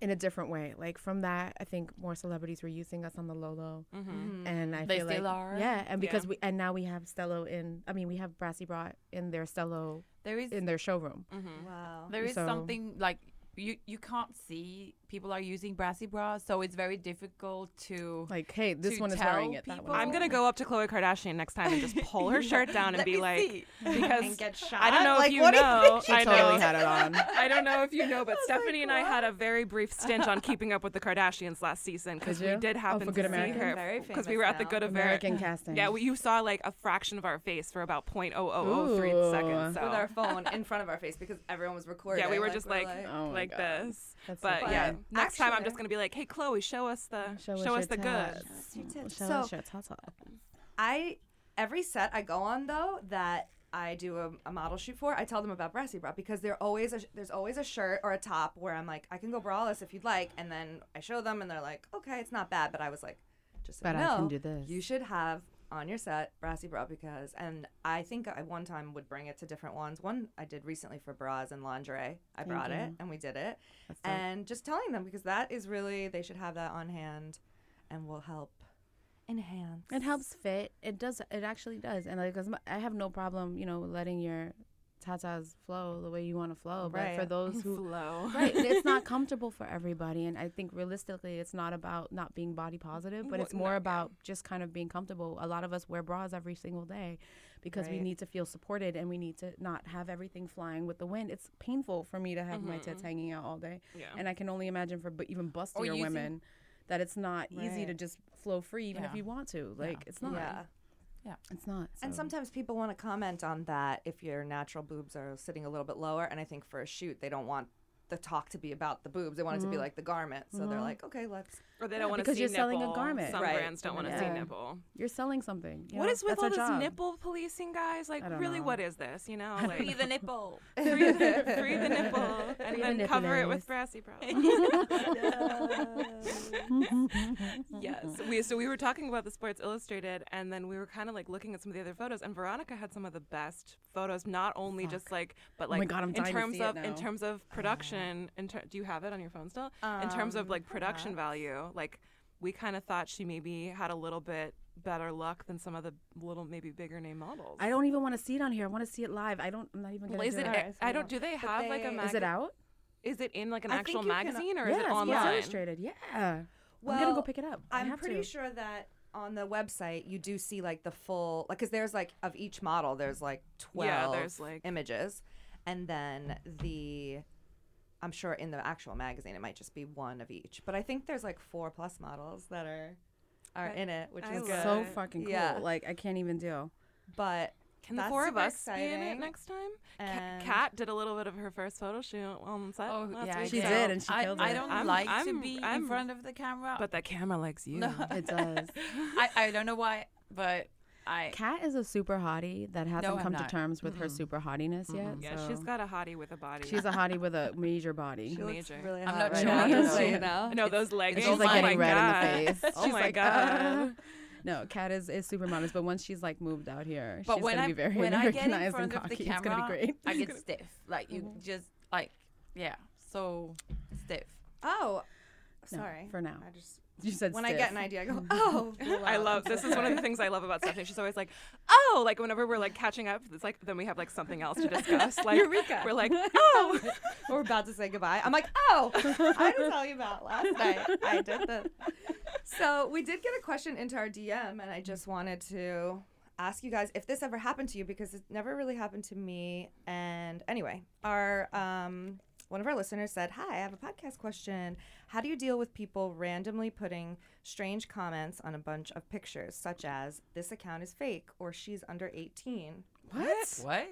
Speaker 3: in a different way. Like from that, I think more celebrities were using us on the low low,
Speaker 2: Mm-hmm,
Speaker 3: and I
Speaker 4: Mm-hmm. They
Speaker 3: feel
Speaker 4: still
Speaker 3: like
Speaker 4: are.
Speaker 3: yeah, and because we and now we have Stello in. I mean, we have Brassy Bra in their Stello
Speaker 4: There is Mm.
Speaker 3: in their showroom.
Speaker 1: Mm-hmm.
Speaker 2: mm-hmm.
Speaker 1: Wow.
Speaker 4: There is
Speaker 3: So-
Speaker 4: something like you you can't see people are using brassy bras, so it's very difficult to
Speaker 3: Like, hey, this
Speaker 4: To
Speaker 3: one is
Speaker 4: tell
Speaker 3: wearing it. That
Speaker 4: people-
Speaker 3: one. is
Speaker 4: I'm
Speaker 2: I'm gonna
Speaker 3: wearing it.
Speaker 2: go up to Khloe Kardashian next time and just pull her shirt down and
Speaker 4: Let
Speaker 2: be
Speaker 4: me
Speaker 2: like,
Speaker 4: see.
Speaker 2: because
Speaker 1: And get shot.
Speaker 2: I don't know
Speaker 1: Like,
Speaker 2: if you
Speaker 1: what do you
Speaker 2: know.
Speaker 3: She
Speaker 2: I
Speaker 3: totally
Speaker 2: know.
Speaker 3: had it on.
Speaker 2: I don't know if you know, but Stephanie and I had a very brief stint on Keeping Up with the Kardashians last season because
Speaker 3: Did
Speaker 2: we
Speaker 3: you?
Speaker 2: did
Speaker 3: Oh,
Speaker 2: happen
Speaker 3: for
Speaker 2: to
Speaker 3: Good
Speaker 2: see
Speaker 3: American?
Speaker 2: her
Speaker 1: Very
Speaker 2: because we
Speaker 1: famous
Speaker 2: were at the
Speaker 1: now.
Speaker 2: Good
Speaker 3: American
Speaker 2: American.
Speaker 3: casting.
Speaker 2: Yeah, well, you saw like a fraction of our face for about 0.0003
Speaker 3: Ooh.
Speaker 2: seconds. So.
Speaker 1: With our phone in front of our face because everyone was recording.
Speaker 2: yeah, we were just
Speaker 1: we're
Speaker 2: like
Speaker 3: Oh my
Speaker 2: like
Speaker 3: God.
Speaker 2: this.
Speaker 3: That's so
Speaker 2: but yeah,
Speaker 1: funny.
Speaker 2: next time I'm
Speaker 1: Actually-
Speaker 2: just gonna be like, hey, Chloe, show us the show,
Speaker 3: us
Speaker 2: us,
Speaker 3: your
Speaker 2: the
Speaker 3: tats.
Speaker 2: goods.
Speaker 3: Show
Speaker 1: So-
Speaker 3: us your tata.
Speaker 1: I every set I go on though that I do a, a model shoot for, I tell them about Brassy Bra because they're always a, there's always a shirt or a top where I'm like, I can go braless if you'd like, and then I show them and they're like, okay, it's not bad, but I was like, just so you
Speaker 3: But I can
Speaker 1: know,
Speaker 3: do this.
Speaker 1: You should have on your set Brassy Bra because, and I think I one time would bring it to different ones. One I did recently for bras and lingerie, I brought it and we did it, and just telling them because that is really they should have that on hand, and will help enhance.
Speaker 3: It helps fit. It does. It actually does. And like, 'cause my- I have no problem, you know, letting your tatas flow the way you want to flow. But for
Speaker 1: Right.
Speaker 3: those who,
Speaker 2: Flow.
Speaker 3: right, it's not comfortable for everybody. And I think realistically, it's not about not being body positive, but it's more about just kind of being comfortable. A lot of us wear bras every single day because we
Speaker 1: Right.
Speaker 3: need to feel supported and we need to not have everything flying with the wind. It's painful for me to have my tits hanging out all day.
Speaker 2: Yeah.
Speaker 3: And I can only imagine for bu- even bustier
Speaker 4: Or using-
Speaker 3: women that it's not easy
Speaker 1: Right.
Speaker 3: to just flow free even if
Speaker 4: Yeah.
Speaker 3: you want to. Like it's not.
Speaker 1: Yeah.
Speaker 3: It's not.
Speaker 1: And
Speaker 3: so-
Speaker 1: sometimes people want to comment on that if your natural boobs are sitting a little bit lower. And I think for a shoot, they don't want the talk to be about the boobs. They want it to be
Speaker 3: Mm-hmm.
Speaker 1: like the garment. So they're like, okay, let's.
Speaker 2: Or they don't want to
Speaker 3: because
Speaker 2: see
Speaker 3: you're
Speaker 2: nipple.
Speaker 3: selling a garment.
Speaker 2: Some
Speaker 1: Right.
Speaker 2: brands don't want to
Speaker 3: Yeah.
Speaker 2: see nipple.
Speaker 3: You're selling something. you
Speaker 2: What
Speaker 3: know?
Speaker 2: is with
Speaker 3: That's
Speaker 2: all
Speaker 3: our
Speaker 2: this
Speaker 3: job.
Speaker 2: nipple policing, guys? Like,
Speaker 3: don't
Speaker 2: really,
Speaker 3: know.
Speaker 2: what is this? You know, like
Speaker 4: Free the nipple.
Speaker 2: free the, free the nipple and
Speaker 3: the
Speaker 2: then cover it with
Speaker 3: nipples.
Speaker 2: brassy problems. yes. We so we were talking about the Sports Illustrated, and then we were kind of like looking at some of the other photos, and Veronica had some of the best photos. Not only just like, but
Speaker 3: Oh my
Speaker 2: like
Speaker 3: God, I'm
Speaker 2: in
Speaker 3: dying to
Speaker 2: terms
Speaker 3: see it
Speaker 2: of in
Speaker 3: now. Oh
Speaker 2: terms of production. In ter- do you have it on your phone still? in terms
Speaker 3: Um,
Speaker 2: of like production value, like we kind of thought she maybe had a little bit better luck than some of the little maybe bigger name models.
Speaker 3: I don't even want to see it on here. I want to see it live. I don't. I'm not even gonna.
Speaker 2: Well, is
Speaker 3: do
Speaker 2: it? e,
Speaker 3: it.
Speaker 1: Alright, so
Speaker 2: I
Speaker 1: we
Speaker 2: don't.
Speaker 1: don't-
Speaker 2: Do they
Speaker 1: but
Speaker 2: have like a?
Speaker 1: they-
Speaker 3: Is
Speaker 2: Mag-
Speaker 3: it out?
Speaker 2: Is it in like an
Speaker 1: I
Speaker 2: actual
Speaker 1: think you can- uh,
Speaker 2: magazine or
Speaker 3: yeah,
Speaker 2: is it
Speaker 3: it's
Speaker 2: online?
Speaker 3: illustrated. Yeah. I'm gonna
Speaker 1: Well,
Speaker 3: go pick it up. I
Speaker 1: I'm
Speaker 3: have
Speaker 1: pretty
Speaker 3: to.
Speaker 1: sure that on the website you do see like the full like because there's like of each model there's like
Speaker 2: Yeah,
Speaker 1: twelve
Speaker 2: there's, like-
Speaker 1: images, and then the I'm sure in the actual magazine it might just be one of each, but I think there's like four plus models that are are
Speaker 2: I-
Speaker 1: in it, which
Speaker 2: I
Speaker 1: is
Speaker 2: love
Speaker 1: good.
Speaker 3: So
Speaker 2: good.
Speaker 3: fucking cool.
Speaker 1: Yeah.
Speaker 3: Like I can't even deal.
Speaker 1: but
Speaker 2: Can the
Speaker 1: that's
Speaker 2: four of
Speaker 1: super
Speaker 2: us be in it
Speaker 1: exciting.
Speaker 2: next time? Ca
Speaker 1: And-
Speaker 2: Kat did a little bit of her first photo shoot on set.
Speaker 4: Oh
Speaker 2: last
Speaker 4: yeah, I
Speaker 2: week,
Speaker 3: She
Speaker 2: so-
Speaker 3: did, and she
Speaker 4: I,
Speaker 3: killed
Speaker 4: I
Speaker 3: it.
Speaker 4: don't
Speaker 2: I'm-
Speaker 4: like
Speaker 2: I'm-
Speaker 4: to be
Speaker 2: I'm-
Speaker 4: in front of the camera.
Speaker 2: But the camera likes you.
Speaker 3: It does.
Speaker 4: I, I don't know why, but I
Speaker 3: Kat is a super hottie that hasn't
Speaker 4: No, I'm
Speaker 3: come to
Speaker 4: not.
Speaker 3: terms with her super hottiness yet.
Speaker 2: Yeah,
Speaker 3: so-
Speaker 2: she's got a hottie with a body.
Speaker 3: um, She's a hottie with a major body.
Speaker 1: She looks
Speaker 2: Major.
Speaker 1: really
Speaker 4: I'm
Speaker 1: hot
Speaker 4: not
Speaker 1: right
Speaker 4: sure
Speaker 1: now,
Speaker 4: I
Speaker 1: just so
Speaker 4: know.
Speaker 1: you know.
Speaker 2: I know those leggings.
Speaker 3: And she's like
Speaker 2: oh
Speaker 3: getting
Speaker 2: my
Speaker 3: red
Speaker 2: god.
Speaker 3: in the face.
Speaker 2: Oh
Speaker 3: She's
Speaker 2: my
Speaker 3: like,
Speaker 2: god.
Speaker 3: "Ah." No, Kat is, is super modest, but once she's like moved out here,
Speaker 4: but
Speaker 3: she's
Speaker 4: when
Speaker 3: gonna
Speaker 4: I
Speaker 3: be very
Speaker 4: when I get
Speaker 3: Americanized
Speaker 4: in front
Speaker 3: and
Speaker 4: of
Speaker 3: cocky.
Speaker 4: the
Speaker 3: it's gonna
Speaker 4: camera,
Speaker 3: be great. Mm-hmm.
Speaker 4: I get stiff. Like you just like yeah, so stiff.
Speaker 1: Oh,
Speaker 3: No,
Speaker 1: sorry.
Speaker 3: for now.
Speaker 1: I just
Speaker 3: You said
Speaker 1: when I get an
Speaker 3: stiff.
Speaker 1: idea, I go, oh.
Speaker 2: I
Speaker 1: wow,
Speaker 2: love
Speaker 1: I'm
Speaker 2: this
Speaker 1: so
Speaker 2: is one of
Speaker 1: sorry.
Speaker 2: the things I love about Stephanie. She's always like, "Oh, like whenever we're like catching up, it's like then we have like something else to discuss." Like
Speaker 1: Eureka.
Speaker 2: we're like, "Oh,
Speaker 1: We're about to say goodbye. I'm like, oh, I didn't tell you about last night. I did the. So we did get a question into our DM, and I just wanted to ask you guys if this ever happened to you because it never really happened to me. And anyway, our um, one of our listeners said, "Hi, I have a podcast question. How do you deal with people randomly putting strange comments on a bunch of pictures, such as this account is fake or she's under 18?"
Speaker 3: What?
Speaker 4: What?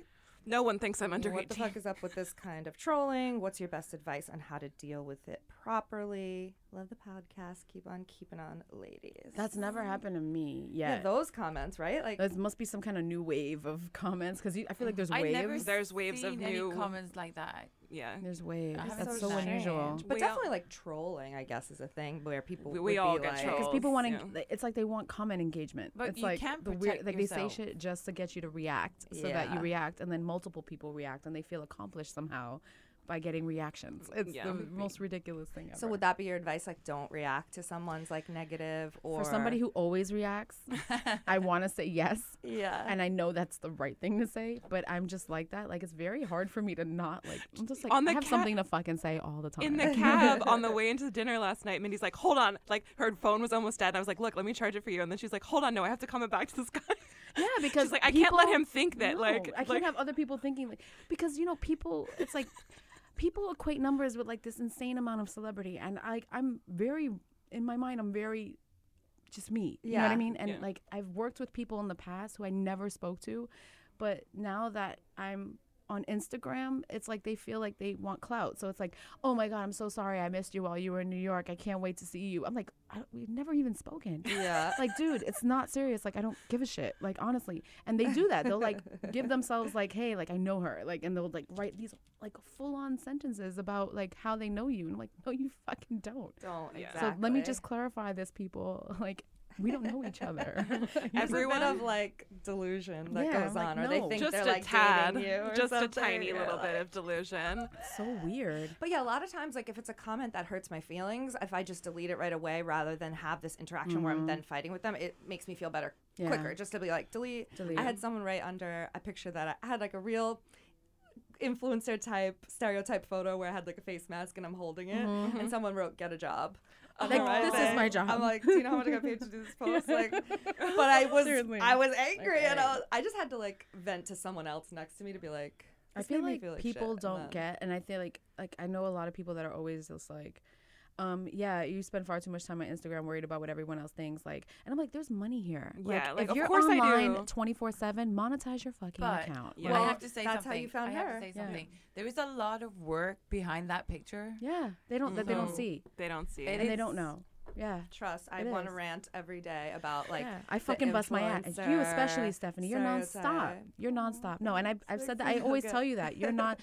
Speaker 2: no one thinks I'm under
Speaker 1: What the
Speaker 2: 18."
Speaker 1: fuck is up with this kind of trolling? What's your best advice on how to deal with it properly? Love the podcast. Keep on keeping on, ladies.
Speaker 3: That's never happened to me
Speaker 1: yeah,
Speaker 3: yet.
Speaker 1: those comments, right? Like,
Speaker 3: there must be some kind of new wave of comments because I feel like there's
Speaker 4: I
Speaker 3: waves.
Speaker 4: never
Speaker 2: There's waves of
Speaker 4: seen any
Speaker 2: new-
Speaker 4: comments like that.
Speaker 2: Yeah.
Speaker 3: There's waves.
Speaker 4: haven't
Speaker 3: That's so
Speaker 4: seen that.
Speaker 3: unusual.
Speaker 2: Strange.
Speaker 1: but
Speaker 2: we all-
Speaker 1: definitely like trolling, I guess, is a thing where people
Speaker 2: We-
Speaker 1: would
Speaker 2: we all
Speaker 1: be
Speaker 2: get
Speaker 1: like,
Speaker 2: trolled.
Speaker 3: Because people want to,
Speaker 2: Yeah.
Speaker 3: it's like they want comment engagement.
Speaker 4: But
Speaker 3: it's
Speaker 4: you
Speaker 3: like
Speaker 4: can't
Speaker 3: the
Speaker 4: protect
Speaker 3: like they
Speaker 4: yourself.
Speaker 3: say shit just to get you to react, so that you
Speaker 1: Yeah.
Speaker 3: react, and then multiple people react, and they feel accomplished somehow by getting reactions. It's
Speaker 2: Yeah.
Speaker 3: the most ridiculous thing ever.
Speaker 1: So would that be your advice? Like, don't react to someone's like negative or
Speaker 3: for somebody who always reacts, I want to say yes,
Speaker 1: yeah.
Speaker 3: and I know that's the right thing to say, but I'm just like that. Like it's very hard for me to not like. I'm just like
Speaker 2: On the
Speaker 3: I have
Speaker 2: ca-
Speaker 3: something to fucking say all the time.
Speaker 2: in the cab on the way into dinner last night, Mindy's like, "Hold on!" Like her phone was almost dead. And I was like, "Look, let me charge it for you." And then she's like, "Hold on, no, I have to comment back to this guy."
Speaker 3: Yeah, because
Speaker 2: like, I can't let
Speaker 3: people-
Speaker 2: him think that,
Speaker 3: No,
Speaker 2: like-
Speaker 3: I can't
Speaker 2: like-
Speaker 3: have other people thinking like because you know people. It's like people equate numbers with like this insane amount of celebrity, and I I'm very in my mind I'm very just me. You know what I
Speaker 1: Yeah.
Speaker 3: mean? And
Speaker 2: Yeah.
Speaker 3: like I've worked with people in the past who I never spoke to, but now that I'm on Instagram, it's like they feel like they want clout. So it's like, oh my God, I'm so sorry I missed you while you were in New York. I can't wait to see you. I'm like, I, we've never even spoken
Speaker 1: yeah.
Speaker 3: like dude it's not serious like i don't give a shit like honestly and they do that they'll like give themselves like hey like i know her like and they'll like write these like full on sentences about like how they know you and i'm like no you fucking don't
Speaker 1: Don't
Speaker 2: Yeah.
Speaker 1: exactly.
Speaker 3: so let me just clarify this people like we don't know each other
Speaker 1: There's a
Speaker 2: Everyone-
Speaker 1: bit of like delusion that
Speaker 3: Yeah,
Speaker 1: goes
Speaker 3: I'm like,
Speaker 1: on, or they
Speaker 3: no.
Speaker 1: think
Speaker 2: just
Speaker 1: they're
Speaker 2: a
Speaker 1: like
Speaker 2: tad,
Speaker 1: dating you, or
Speaker 2: just a
Speaker 1: something,
Speaker 2: tiny
Speaker 1: you're
Speaker 2: little
Speaker 1: like-
Speaker 2: bit of delusion.
Speaker 3: so weird
Speaker 1: But yeah, a lot of times, like if it's a comment that hurts my feelings, if I just delete it right away rather than have this interaction where I'm then fighting with them, it makes me feel better
Speaker 3: Mm-hmm. Yeah.
Speaker 1: quicker just to be like, delete.
Speaker 3: Delete.
Speaker 1: I had someone right under a picture that I I had like a real influencer type stereotype photo where I had like a face mask and I'm holding it, and someone wrote, get a job. I'm
Speaker 3: Mm-hmm. Like,
Speaker 1: right
Speaker 3: this is
Speaker 1: away.
Speaker 3: my job.
Speaker 1: I'm like, do you know how much I got paid to do this post? Like, but I was,
Speaker 3: Seriously.
Speaker 1: I was angry, and I,
Speaker 3: right.
Speaker 1: was, I just had to like vent to someone else next to me to be like,
Speaker 3: I
Speaker 1: "This
Speaker 3: feel
Speaker 1: made me
Speaker 3: like,
Speaker 1: feel like
Speaker 3: people
Speaker 1: shit," and
Speaker 3: don't
Speaker 1: then-
Speaker 3: get, and I feel like like I know a lot of people that are always just like, um, yeah, you spend far too much time on Instagram worried about what everyone else thinks. Like, and I'm like, there's money here.
Speaker 2: Yeah, like,
Speaker 3: if
Speaker 2: of
Speaker 3: you're
Speaker 2: course I do.
Speaker 3: online 24 seven, monetize your fucking
Speaker 4: But-
Speaker 3: account.
Speaker 2: Yeah.
Speaker 4: Well,
Speaker 3: Like,
Speaker 4: I have to say
Speaker 1: that's how
Speaker 4: something.
Speaker 1: you found
Speaker 4: I have
Speaker 1: her.
Speaker 4: to say
Speaker 3: Yeah.
Speaker 4: something. There is a lot of work behind that picture.
Speaker 3: yeah, they don't that they don't
Speaker 4: So-
Speaker 3: see
Speaker 2: They don't see
Speaker 4: It
Speaker 2: it.
Speaker 3: and they don't
Speaker 4: is-
Speaker 3: know. Yeah.
Speaker 1: Trust. I
Speaker 3: It
Speaker 1: want to
Speaker 3: is.
Speaker 1: rant every day about like
Speaker 3: Yeah. I
Speaker 1: the
Speaker 3: fucking bust my ass. And You especially,
Speaker 1: influencer
Speaker 3: Stephanie. You're nonstop.
Speaker 1: stereotype.
Speaker 3: You're nonstop. No, and I've, I've said that.
Speaker 1: Makes
Speaker 3: I
Speaker 1: me
Speaker 3: always
Speaker 1: feel
Speaker 3: tell
Speaker 1: good.
Speaker 3: you that. You're not.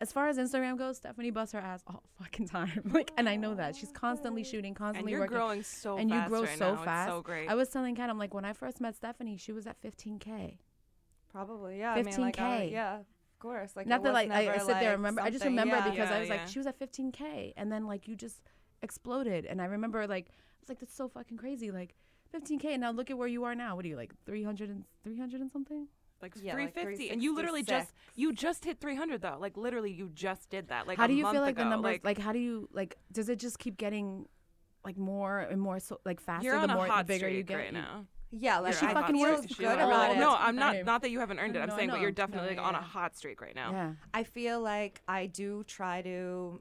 Speaker 3: As far as Instagram goes, Stephanie busts her ass all fucking time. Like, and I know that she's constantly shooting,
Speaker 2: And
Speaker 3: constantly
Speaker 2: you're
Speaker 3: working.
Speaker 2: growing so
Speaker 3: and
Speaker 2: fast.
Speaker 3: you grow
Speaker 2: right
Speaker 3: so
Speaker 2: now. It's
Speaker 3: fast.
Speaker 2: so great.
Speaker 3: I was telling Kat, I'm like, when I first met Stephanie, she was at 15k.
Speaker 1: Probably, yeah. I mean, like, I,
Speaker 3: 15K.
Speaker 1: would- yeah, of course. Like,
Speaker 3: Not
Speaker 1: it
Speaker 3: that
Speaker 1: was
Speaker 3: like I, I
Speaker 1: never,
Speaker 3: sit there
Speaker 1: like,
Speaker 3: and remember. I just
Speaker 1: something-
Speaker 3: remember
Speaker 1: yeah.
Speaker 3: because I
Speaker 2: Yeah,
Speaker 3: was
Speaker 2: yeah.
Speaker 3: like, she was at 15k, and then like you just exploded, and I remember like I was like, that's so fucking crazy, like. 15k and now look at where you are now what are you like 300 and 300 and something
Speaker 2: like
Speaker 1: Yeah, like
Speaker 2: 350 and you literally just
Speaker 1: 366.
Speaker 2: you just hit 300 though like literally you just did that like
Speaker 3: how
Speaker 2: a
Speaker 3: do you
Speaker 2: month
Speaker 3: feel like
Speaker 2: ago.
Speaker 3: the numbers like, how do you like does it just keep getting like more and more so like faster
Speaker 2: you're on
Speaker 3: the
Speaker 2: a
Speaker 3: more
Speaker 2: hot
Speaker 3: the bigger
Speaker 2: streak
Speaker 3: you get
Speaker 2: right
Speaker 3: you-
Speaker 2: now
Speaker 1: yeah, like
Speaker 2: You're
Speaker 3: she
Speaker 2: on
Speaker 1: I
Speaker 2: a
Speaker 3: fucking
Speaker 2: hot
Speaker 1: feel
Speaker 3: feels
Speaker 2: streak.
Speaker 1: good
Speaker 2: She's on a
Speaker 3: all
Speaker 1: about
Speaker 2: hot-
Speaker 1: it.
Speaker 2: no
Speaker 3: It's
Speaker 2: i'm not
Speaker 3: fine.
Speaker 2: not that you haven't earned
Speaker 3: No,
Speaker 2: it i'm
Speaker 3: no,
Speaker 2: saying
Speaker 3: no.
Speaker 2: but you're
Speaker 3: No,
Speaker 2: definitely like
Speaker 3: yeah,
Speaker 2: on a
Speaker 3: yeah.
Speaker 2: hot streak right now
Speaker 3: yeah
Speaker 1: I feel like I do try to.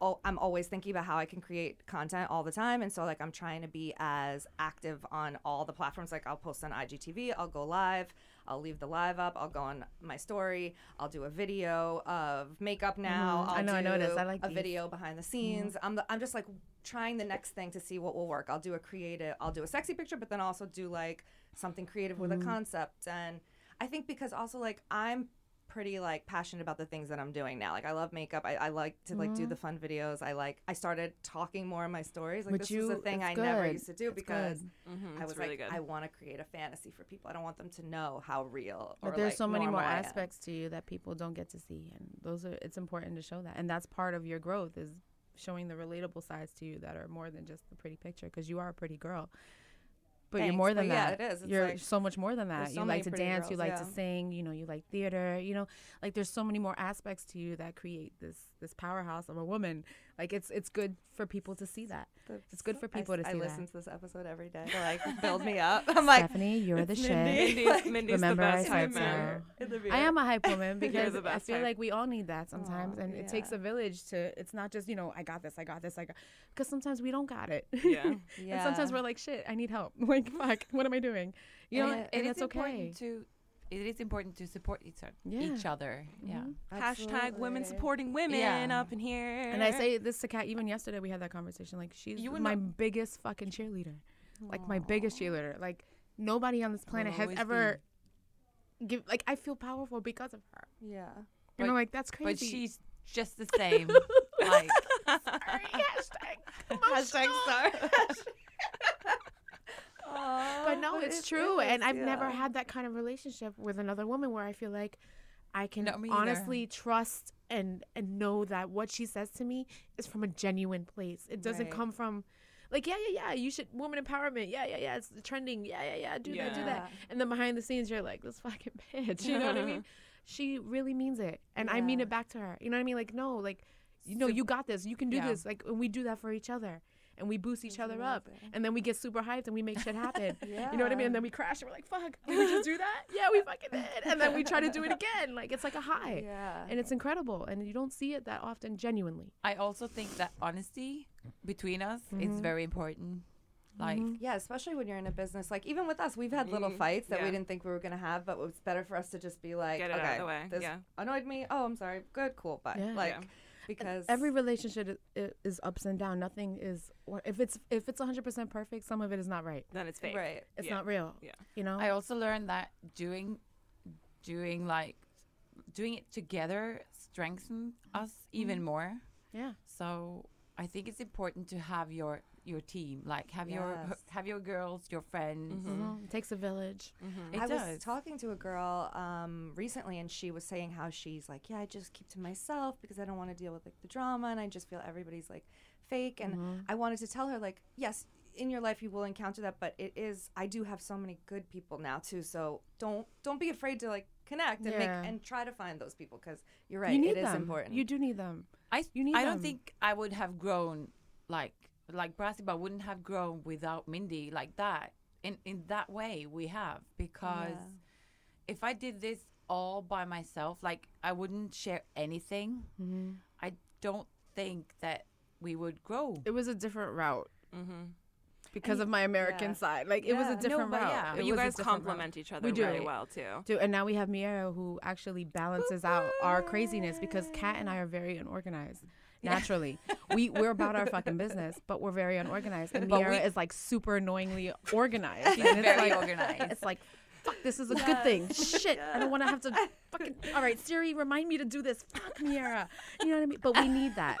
Speaker 1: Oh, I'm always thinking about how I can create content all the time, and so like I'm trying to be as active on all the platforms. Like I'll post on IGTV, I'll go live, I'll leave the live up, I'll go on my story, I'll do a video of makeup now.
Speaker 3: Mhm.
Speaker 1: I'll
Speaker 3: I know, I
Speaker 1: do
Speaker 3: noticed. I like
Speaker 1: a
Speaker 3: these.
Speaker 1: video behind the
Speaker 3: Mm-hmm.
Speaker 1: scenes. I'm the, I'm just like trying the next thing to see what will work. I'll do a creative, I'll do a sexy picture, but then also do like something creative with
Speaker 3: Mm-hmm.
Speaker 1: a concept. And I think because also like I'm pretty like passionate about the things that I'm doing now. Like I love makeup. I, I like to like do
Speaker 3: Mm-hmm.
Speaker 1: the fun videos. I like I started talking more in my stories. Like
Speaker 3: Would
Speaker 1: this is a
Speaker 3: you-
Speaker 1: thing
Speaker 3: it's
Speaker 1: I never
Speaker 3: good.
Speaker 1: used to do
Speaker 3: It's
Speaker 1: because
Speaker 3: good.
Speaker 2: Mhm,
Speaker 1: I
Speaker 2: it's
Speaker 1: was
Speaker 2: really
Speaker 1: like
Speaker 2: good
Speaker 1: I want to create a fantasy for people. I don't want them to know how real.
Speaker 3: But
Speaker 1: or,
Speaker 3: there's
Speaker 1: like,
Speaker 3: so many
Speaker 1: normal
Speaker 3: more
Speaker 1: I am.
Speaker 3: aspects to you that people don't get to see, and those are it's important to show that, and that's part of your growth is showing the relatable sides to you that are more than just the pretty picture because you are a pretty girl. But you're
Speaker 1: Thanks,
Speaker 3: more
Speaker 1: but
Speaker 3: than
Speaker 1: yeah,
Speaker 3: that.
Speaker 1: it is. It's
Speaker 3: You're
Speaker 1: like-
Speaker 3: so much more than that.
Speaker 1: there's so
Speaker 3: you like
Speaker 1: many
Speaker 3: to
Speaker 1: pretty
Speaker 3: dance. you
Speaker 1: girls,
Speaker 3: like to
Speaker 1: yeah.
Speaker 3: sing. You know, you like theater. You know, like there's so many more aspects to you that create this this powerhouse of a woman. Like it's it's good for people to see that.
Speaker 1: The-
Speaker 3: It's good for
Speaker 1: I s-
Speaker 3: people to
Speaker 1: I
Speaker 3: see
Speaker 1: listen
Speaker 3: that.
Speaker 1: to this episode every day to like build me up. I'm like
Speaker 3: Stephanie, you're the shit.
Speaker 2: mindy's, mindy's
Speaker 3: Remember
Speaker 2: the
Speaker 3: I
Speaker 2: best
Speaker 3: said
Speaker 2: type
Speaker 3: so.
Speaker 2: man.
Speaker 1: in the
Speaker 3: I
Speaker 1: mirror.
Speaker 3: am a hype woman
Speaker 2: You're
Speaker 3: because
Speaker 2: the
Speaker 3: I
Speaker 2: best
Speaker 3: feel
Speaker 2: type.
Speaker 3: like we all need that sometimes,
Speaker 1: Aw,
Speaker 3: and it takes
Speaker 1: yeah.
Speaker 3: a village to. It's not just you know I got this, I got this, I got. Because sometimes we don't got it.
Speaker 2: Yeah.
Speaker 1: Yeah.
Speaker 3: and sometimes we're like, shit, I need help. Like, fuck, what am I doing? You know,
Speaker 4: And
Speaker 3: and,
Speaker 4: it
Speaker 3: that's
Speaker 4: is
Speaker 3: okay.
Speaker 4: important to it is important to support each other.
Speaker 3: Yeah. Mm-hmm.
Speaker 4: Each other. Yeah.
Speaker 2: hashtag women
Speaker 1: Absolutely.
Speaker 2: supporting women
Speaker 4: Yeah.
Speaker 2: up in here
Speaker 3: And I say this to Kat. Even yesterday, we had that conversation. Like, she's
Speaker 4: You would
Speaker 3: my
Speaker 4: not-
Speaker 3: biggest fucking cheerleader. Like my biggest cheerleader. Like nobody on this planet has
Speaker 4: always be.
Speaker 3: ever. Give like I feel powerful because of her.
Speaker 1: Yeah.
Speaker 3: and
Speaker 4: But-
Speaker 3: I'm like that's crazy.
Speaker 4: But she's just the same. like
Speaker 1: Hashtag star.
Speaker 3: But no, it's true. And I've never had that kind of relationship with another woman where I feel like I can
Speaker 4: No, me either.
Speaker 3: honestly trust and and know that what she says to me is from a genuine place. It doesn't
Speaker 1: Right.
Speaker 3: come from like yeah yeah yeah you should woman empowerment yeah yeah yeah it's trending yeah yeah yeah do that do that and then behind the scenes you're like this fucking bitch you know what I mean she really means it and I mean
Speaker 1: Yeah.
Speaker 3: it back to her you know what I mean like no like you know
Speaker 4: Sup-
Speaker 3: you got this you can do
Speaker 4: Yeah.
Speaker 3: this like and we do that for each other and we boost each other up and then we get super hyped and we make shit happen you know what I mean? And then we crash and we're like, fuck, did we just do that? Yeah, we fucking did. And then we try to do it again. Like, it's like a high.
Speaker 1: Yeah.
Speaker 3: And it's incredible. And you don't see it that often, genuinely.
Speaker 4: I also think that honesty between us
Speaker 3: Mm-hmm.
Speaker 4: is very important. Like
Speaker 1: Yeah, especially when you're in a business. Like even with us, we've had little fights that we
Speaker 2: Mm-hmm. yeah.
Speaker 1: didn't think we were gonna have, but it's better for us to just be like,
Speaker 2: Get it
Speaker 1: okay,
Speaker 2: out of the way,
Speaker 1: this
Speaker 2: yeah.
Speaker 1: annoyed me. Oh, I'm sorry. Good, cool, bye.
Speaker 3: Yeah.
Speaker 1: Like
Speaker 2: Yeah.
Speaker 1: because
Speaker 3: Every relationship i- i- is ups and down. Nothing is, or if it's if it's 100% perfect, some of it is not right.
Speaker 2: then it's fake
Speaker 1: right.
Speaker 3: It's
Speaker 2: Yeah.
Speaker 3: not real.
Speaker 2: Yeah.
Speaker 3: You know?
Speaker 4: I also learned that doing doing like doing it together strengthens us
Speaker 3: Mm-hmm.
Speaker 4: even more.
Speaker 3: yeah.
Speaker 4: So I think it's important to have your your team, like have your
Speaker 1: Yes.
Speaker 4: have your girls, your friends.
Speaker 2: Mm-hmm.
Speaker 3: Mhm. It takes a village.
Speaker 4: It
Speaker 1: I
Speaker 4: does.
Speaker 1: was talking to a girl um, recently, and she was saying how she's like, "Yeah, I just keep to myself because I don't want to deal with like the drama, and I just feel everybody's like fake." And
Speaker 3: Mm-hmm.
Speaker 1: I wanted to tell her, like, yes, in your life you will encounter that, but it is. I do have so many good people now too, so don't don't be afraid to like connect and
Speaker 3: Yeah.
Speaker 1: make and try to find those people because you're right.
Speaker 3: you need
Speaker 1: it is
Speaker 3: them.
Speaker 1: important.
Speaker 3: You do need them.
Speaker 4: I s-
Speaker 3: You need
Speaker 4: I
Speaker 3: them.
Speaker 4: don't think I would have grown like like Brasiba wouldn't have grown without Mindy like that. In in that way we have because if I did this all by myself, like I wouldn't share anything. I don't think that we would grow.
Speaker 3: It was a different route
Speaker 2: Mm-hmm.
Speaker 3: because of my American
Speaker 1: yeah.
Speaker 3: side. Like it was
Speaker 4: Yeah.
Speaker 3: a
Speaker 4: No,
Speaker 3: different
Speaker 4: but
Speaker 3: route.
Speaker 4: yeah.
Speaker 3: It
Speaker 2: But you
Speaker 3: was a
Speaker 2: guys
Speaker 3: different route.
Speaker 2: complement each other
Speaker 3: We do.
Speaker 2: really
Speaker 3: Right.
Speaker 2: well too.
Speaker 3: Dude, and now we have Miero who actually balances out our craziness because Kat and I are very unorganized. Naturally, we we're about our fucking business, but we're very unorganized. And
Speaker 4: But
Speaker 3: Miera
Speaker 4: we-
Speaker 3: is like super annoyingly organized.
Speaker 4: She's
Speaker 3: and it's
Speaker 4: very
Speaker 3: like,
Speaker 4: organized.
Speaker 3: It's like, fuck, this is a good thing. Shit, I don't want to have to fucking. All right, Siri, remind me to do this. Fuck Miera. You know what I mean? But we need that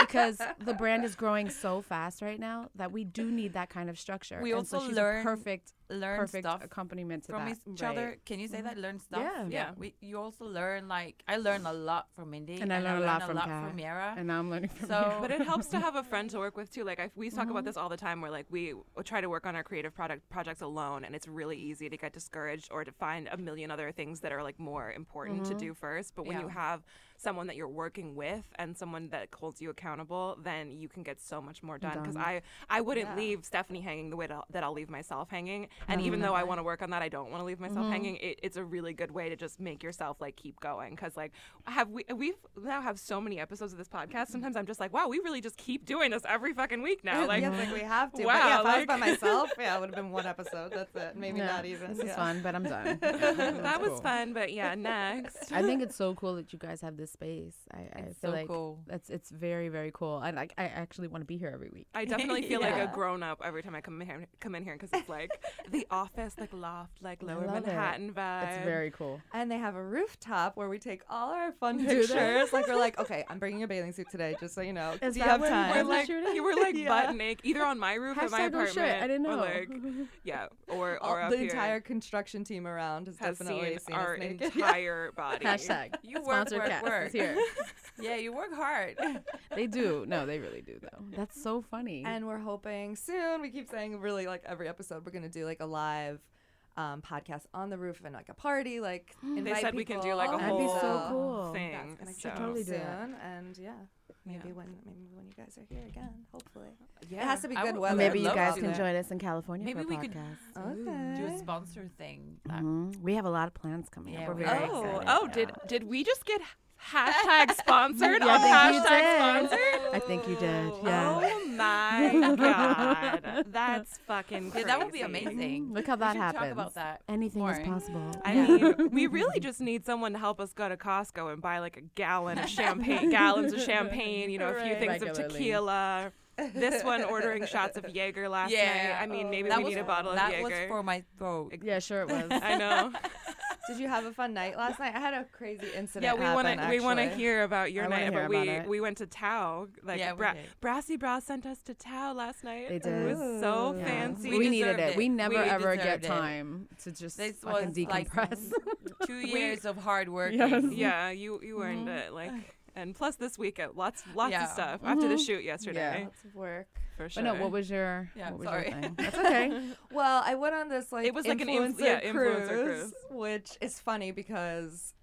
Speaker 3: because the brand is growing so fast right now that we do need that kind of structure.
Speaker 4: We
Speaker 3: and so
Speaker 4: also
Speaker 3: she's a
Speaker 4: learn-
Speaker 3: perfect,
Speaker 4: Learn
Speaker 3: perfect
Speaker 4: stuff
Speaker 3: accompaniment to
Speaker 4: from
Speaker 3: that.
Speaker 4: each other. Can you say that? Learn stuff.
Speaker 3: Yeah.
Speaker 2: Yeah.
Speaker 4: We, you also learn like I learn a lot from Mindy,
Speaker 3: And I learn a lot from Kat.
Speaker 4: Yara.
Speaker 3: And now I'm learning from
Speaker 4: So- Mm-hmm.
Speaker 3: Miera.
Speaker 4: Oh.
Speaker 2: But it helps to have a friend to work with too. Like I, we talk about this all the time, where like we try to work on our creative product projects alone, and it's really easy to get discouraged or to find a million other things that are like more important to do first. But when
Speaker 4: Mm-hmm. Yeah.
Speaker 2: you have someone that you're working with and someone that holds you accountable, then you can get so much more done. Because
Speaker 3: Done.
Speaker 2: I, I wouldn't
Speaker 1: Yeah.
Speaker 2: leave Stephanie hanging the way to, that I'll leave myself hanging. And even though I want to work on that, I don't want to leave myself hanging. It, it's a really good way to just make yourself like keep going. Because like have we we've now have so many episodes of this podcast. Sometimes I'm just like, wow, we really just keep doing this every fucking week now. Like,
Speaker 1: yeah, like we have to. but yeah,
Speaker 2: wow,
Speaker 1: if I was by
Speaker 2: like-
Speaker 1: myself, yeah, it would have been one episode. That's it. Maybe
Speaker 3: Yeah,
Speaker 1: not even.
Speaker 3: This is
Speaker 1: yeah.
Speaker 3: fun, but I'm done.
Speaker 2: that
Speaker 3: That's
Speaker 2: was
Speaker 3: cool.
Speaker 2: fun. But yeah, next.
Speaker 3: I think it's so cool that you guys have this space. I, I
Speaker 4: It's
Speaker 3: feel
Speaker 4: so
Speaker 3: like
Speaker 4: cool.
Speaker 3: that's it's very very cool, and like I actually want to be here every week.
Speaker 2: I definitely feel like
Speaker 4: Yeah.
Speaker 2: a grown up every time I come in here. Come in here because it's like the office, like loft, like lower
Speaker 3: love it.
Speaker 2: Manhattan vibe.
Speaker 3: It's very cool.
Speaker 1: And they have a rooftop where we take all our fun
Speaker 3: they?
Speaker 1: pictures. like we're like, okay, I'm bringing a bathing suit today, just so you know.
Speaker 3: Is
Speaker 1: Do you
Speaker 3: that
Speaker 1: have
Speaker 3: when
Speaker 1: time?
Speaker 2: We're
Speaker 3: Is it
Speaker 2: like
Speaker 3: shooting?
Speaker 2: you were like
Speaker 1: Yeah.
Speaker 2: butt naked either on my roof at my
Speaker 3: Hashtag no
Speaker 2: apartment.
Speaker 3: shit. I didn't
Speaker 2: or,
Speaker 3: know.
Speaker 2: like, yeah, or
Speaker 1: All-
Speaker 2: or up
Speaker 1: the
Speaker 2: here
Speaker 1: entire construction team around has,
Speaker 2: has
Speaker 1: definitely
Speaker 2: seen,
Speaker 1: seen, us
Speaker 2: our
Speaker 1: naked.
Speaker 2: entire body.
Speaker 3: Hashtag
Speaker 4: You work,
Speaker 3: sponsored
Speaker 4: work,
Speaker 3: cast
Speaker 4: work.
Speaker 3: is here.
Speaker 4: yeah, you work hard.
Speaker 3: They do. No, they really do though. That's so funny.
Speaker 1: and we're hoping soon. We keep saying really like every episode we're gonna do like a live um, podcast on the roof and like a party. Like
Speaker 2: They
Speaker 1: invite
Speaker 2: said we can do
Speaker 1: people.
Speaker 2: like a
Speaker 3: That'd
Speaker 2: whole
Speaker 3: be so cool.
Speaker 2: thing.
Speaker 1: That's
Speaker 2: so.
Speaker 1: gonna come
Speaker 3: Totally do
Speaker 1: soon,
Speaker 3: that.
Speaker 1: and yeah, maybe when maybe when you guys are here again, hopefully.
Speaker 4: Yeah.
Speaker 1: It has to be
Speaker 4: I
Speaker 1: good
Speaker 4: would-
Speaker 1: weather.
Speaker 3: maybe you
Speaker 4: love
Speaker 3: guys
Speaker 4: to
Speaker 3: can
Speaker 4: do
Speaker 3: join us in California
Speaker 4: Maybe
Speaker 3: for a
Speaker 4: we could
Speaker 3: podcast.
Speaker 4: Do
Speaker 1: Okay.
Speaker 4: a sponsor thing. That-
Speaker 3: Mhm. We have a lot of plans coming
Speaker 4: Yeah,
Speaker 3: up. We're
Speaker 4: we
Speaker 3: very
Speaker 4: do.
Speaker 2: Oh,
Speaker 3: excited.
Speaker 2: oh, did did we just get hashtag sponsored
Speaker 3: Yeah,
Speaker 2: on
Speaker 3: I
Speaker 2: hashtag
Speaker 3: think you
Speaker 2: sponsored?
Speaker 3: did. I think you did. Yeah.
Speaker 2: Oh my god, that's fucking.
Speaker 4: Yeah,
Speaker 2: Crazy.
Speaker 4: that would be amazing.
Speaker 3: Mm, Look how that
Speaker 4: we should
Speaker 3: happens.
Speaker 4: Talk about that.
Speaker 3: Anything
Speaker 4: more.
Speaker 3: is possible.
Speaker 2: I mean, we really just need someone to help us go to Costco and buy like a gallon of champagne, gallons of champagne, you know, a few
Speaker 1: Right.
Speaker 2: things of
Speaker 3: Regularly.
Speaker 2: tequila. This one ordering shots of Jaeger last
Speaker 4: Yeah.
Speaker 2: night. I mean, maybe
Speaker 4: That
Speaker 2: we
Speaker 4: was-
Speaker 2: need a bottle of
Speaker 4: that
Speaker 2: Jaeger.
Speaker 4: was for my throat.
Speaker 3: Yeah, sure it was.
Speaker 2: I know.
Speaker 1: Did you have a fun night last night? I had a crazy incident.
Speaker 2: Yeah, we
Speaker 1: want
Speaker 2: to we want to hear about your
Speaker 3: I wanna
Speaker 2: night,
Speaker 3: hear
Speaker 2: but
Speaker 3: about
Speaker 2: we
Speaker 3: it.
Speaker 2: we went to Tao. Like
Speaker 4: Yeah, we
Speaker 2: Bra-
Speaker 4: did.
Speaker 2: Brassy Bra sent us to Tao last night.
Speaker 3: They
Speaker 2: It
Speaker 3: did.
Speaker 2: was so
Speaker 3: Yeah.
Speaker 2: fancy.
Speaker 3: We,
Speaker 4: We
Speaker 3: needed
Speaker 4: deserved
Speaker 3: it.
Speaker 4: it.
Speaker 3: We never
Speaker 4: We
Speaker 3: ever get
Speaker 4: deserved it.
Speaker 3: time to just
Speaker 4: This
Speaker 3: fucking
Speaker 4: was like
Speaker 3: decompress.
Speaker 4: two years of hard work.
Speaker 3: Yes.
Speaker 2: yeah, you you earned it. Like, and plus this weekend, lots lots
Speaker 4: Yeah.
Speaker 2: of stuff after
Speaker 3: Mm-hmm.
Speaker 2: the shoot yesterday.
Speaker 1: Lots of work.
Speaker 2: For sure.
Speaker 3: but no, what was your
Speaker 4: Yeah,
Speaker 3: what was
Speaker 4: sorry.
Speaker 3: your thing? That's okay.
Speaker 1: Well, I went on this like
Speaker 2: It was like an inf-
Speaker 1: influencer,
Speaker 2: yeah,
Speaker 1: cruise,
Speaker 2: influencer cruise.
Speaker 1: which is funny because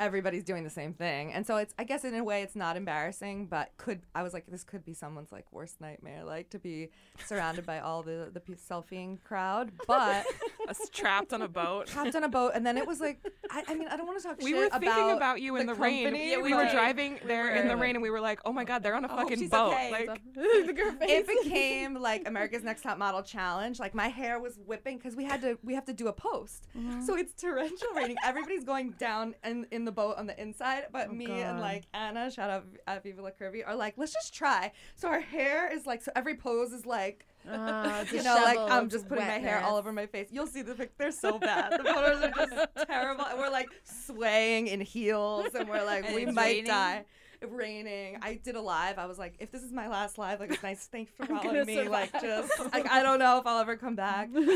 Speaker 1: everybody's doing the same thing, and so it's I guess in a way it's not embarrassing, but could I was like this could be someone's like worst nightmare, like to be surrounded by all the the pe- selfieing crowd, but
Speaker 2: Us trapped on a boat.
Speaker 1: trapped on a boat, and then it was like I, I mean I don't want to talk.
Speaker 2: We
Speaker 1: shit
Speaker 2: were thinking about, you in the, rain.
Speaker 1: company,
Speaker 2: we were
Speaker 1: but
Speaker 2: driving there in the
Speaker 3: were.
Speaker 2: rain, and we were like, "Oh my god, they're on a
Speaker 4: hope
Speaker 2: fucking
Speaker 4: she's
Speaker 2: boat!"
Speaker 4: okay.
Speaker 2: Like,
Speaker 1: It became like America's Next Top Model challenge. Like my hair was whipping because we had to we have to do a post. So it's torrential raining. Everybody's going down in, in the boat on the inside, but me and
Speaker 3: God.
Speaker 1: like Anna, shout out at Viva La Curvy, are like, let's just try. So our hair is like so every pose is like
Speaker 3: Uh,
Speaker 1: you know, like
Speaker 3: disheveled,
Speaker 1: I'm just putting my hair all
Speaker 3: wetness.
Speaker 1: over my face. You'll see the pic. They're so bad. The photos are just terrible. And we're like swaying in heels, and we're like,
Speaker 4: And
Speaker 1: we
Speaker 4: it's
Speaker 1: might
Speaker 4: raining.
Speaker 1: die. It Raining. I did a live. I was like, if this is my last live, like it's nice. Thanks for following me. Like just, like I don't know if I'll ever come back. and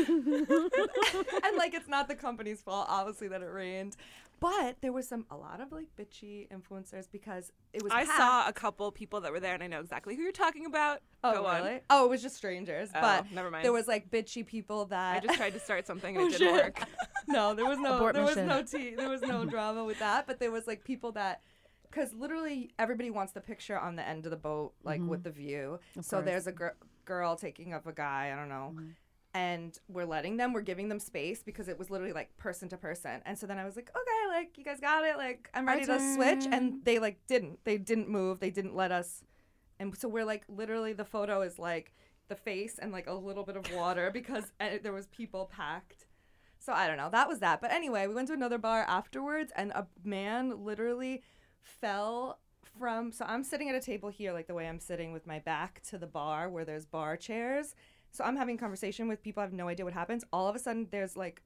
Speaker 1: like it's not the company's fault, obviously, that it rained. But there was some a lot of like bitchy influencers because it was.
Speaker 2: I
Speaker 1: packed.
Speaker 2: saw a couple people that were there, and I know exactly who you're talking about.
Speaker 1: Oh
Speaker 2: Go on.
Speaker 1: really? Oh, it was just strangers.
Speaker 2: Oh,
Speaker 1: but
Speaker 2: never mind.
Speaker 1: There was like bitchy people that
Speaker 2: I just tried to start something and
Speaker 1: Oh,
Speaker 2: it didn't
Speaker 1: shit.
Speaker 2: work.
Speaker 1: no, there was no
Speaker 3: Abort
Speaker 1: there was
Speaker 3: mission.
Speaker 1: no tea there was no drama with that, but there was like people that because literally everybody wants the picture on the end of the boat, like with the view. so
Speaker 3: Mm-hmm. course. Mm-hmm.
Speaker 1: there's a gir- girl taking up a guy, I don't know. And we're letting them, we're giving them space because it was literally like person to person. And so then I was like, okay, like you guys got it, like I'm ready to switch. And they like didn't, they didn't move, they didn't let us And so we're like literally the photo is like the face and like a little bit of water because uh, there was people packed. So I don't know. That was that. But anyway, we went to another bar afterwards and a man literally fell from so I'm sitting at a table here like the way I'm sitting with my back to the bar where there's bar chairs. So I'm having conversation with people I have no idea what happens. All of a sudden there's like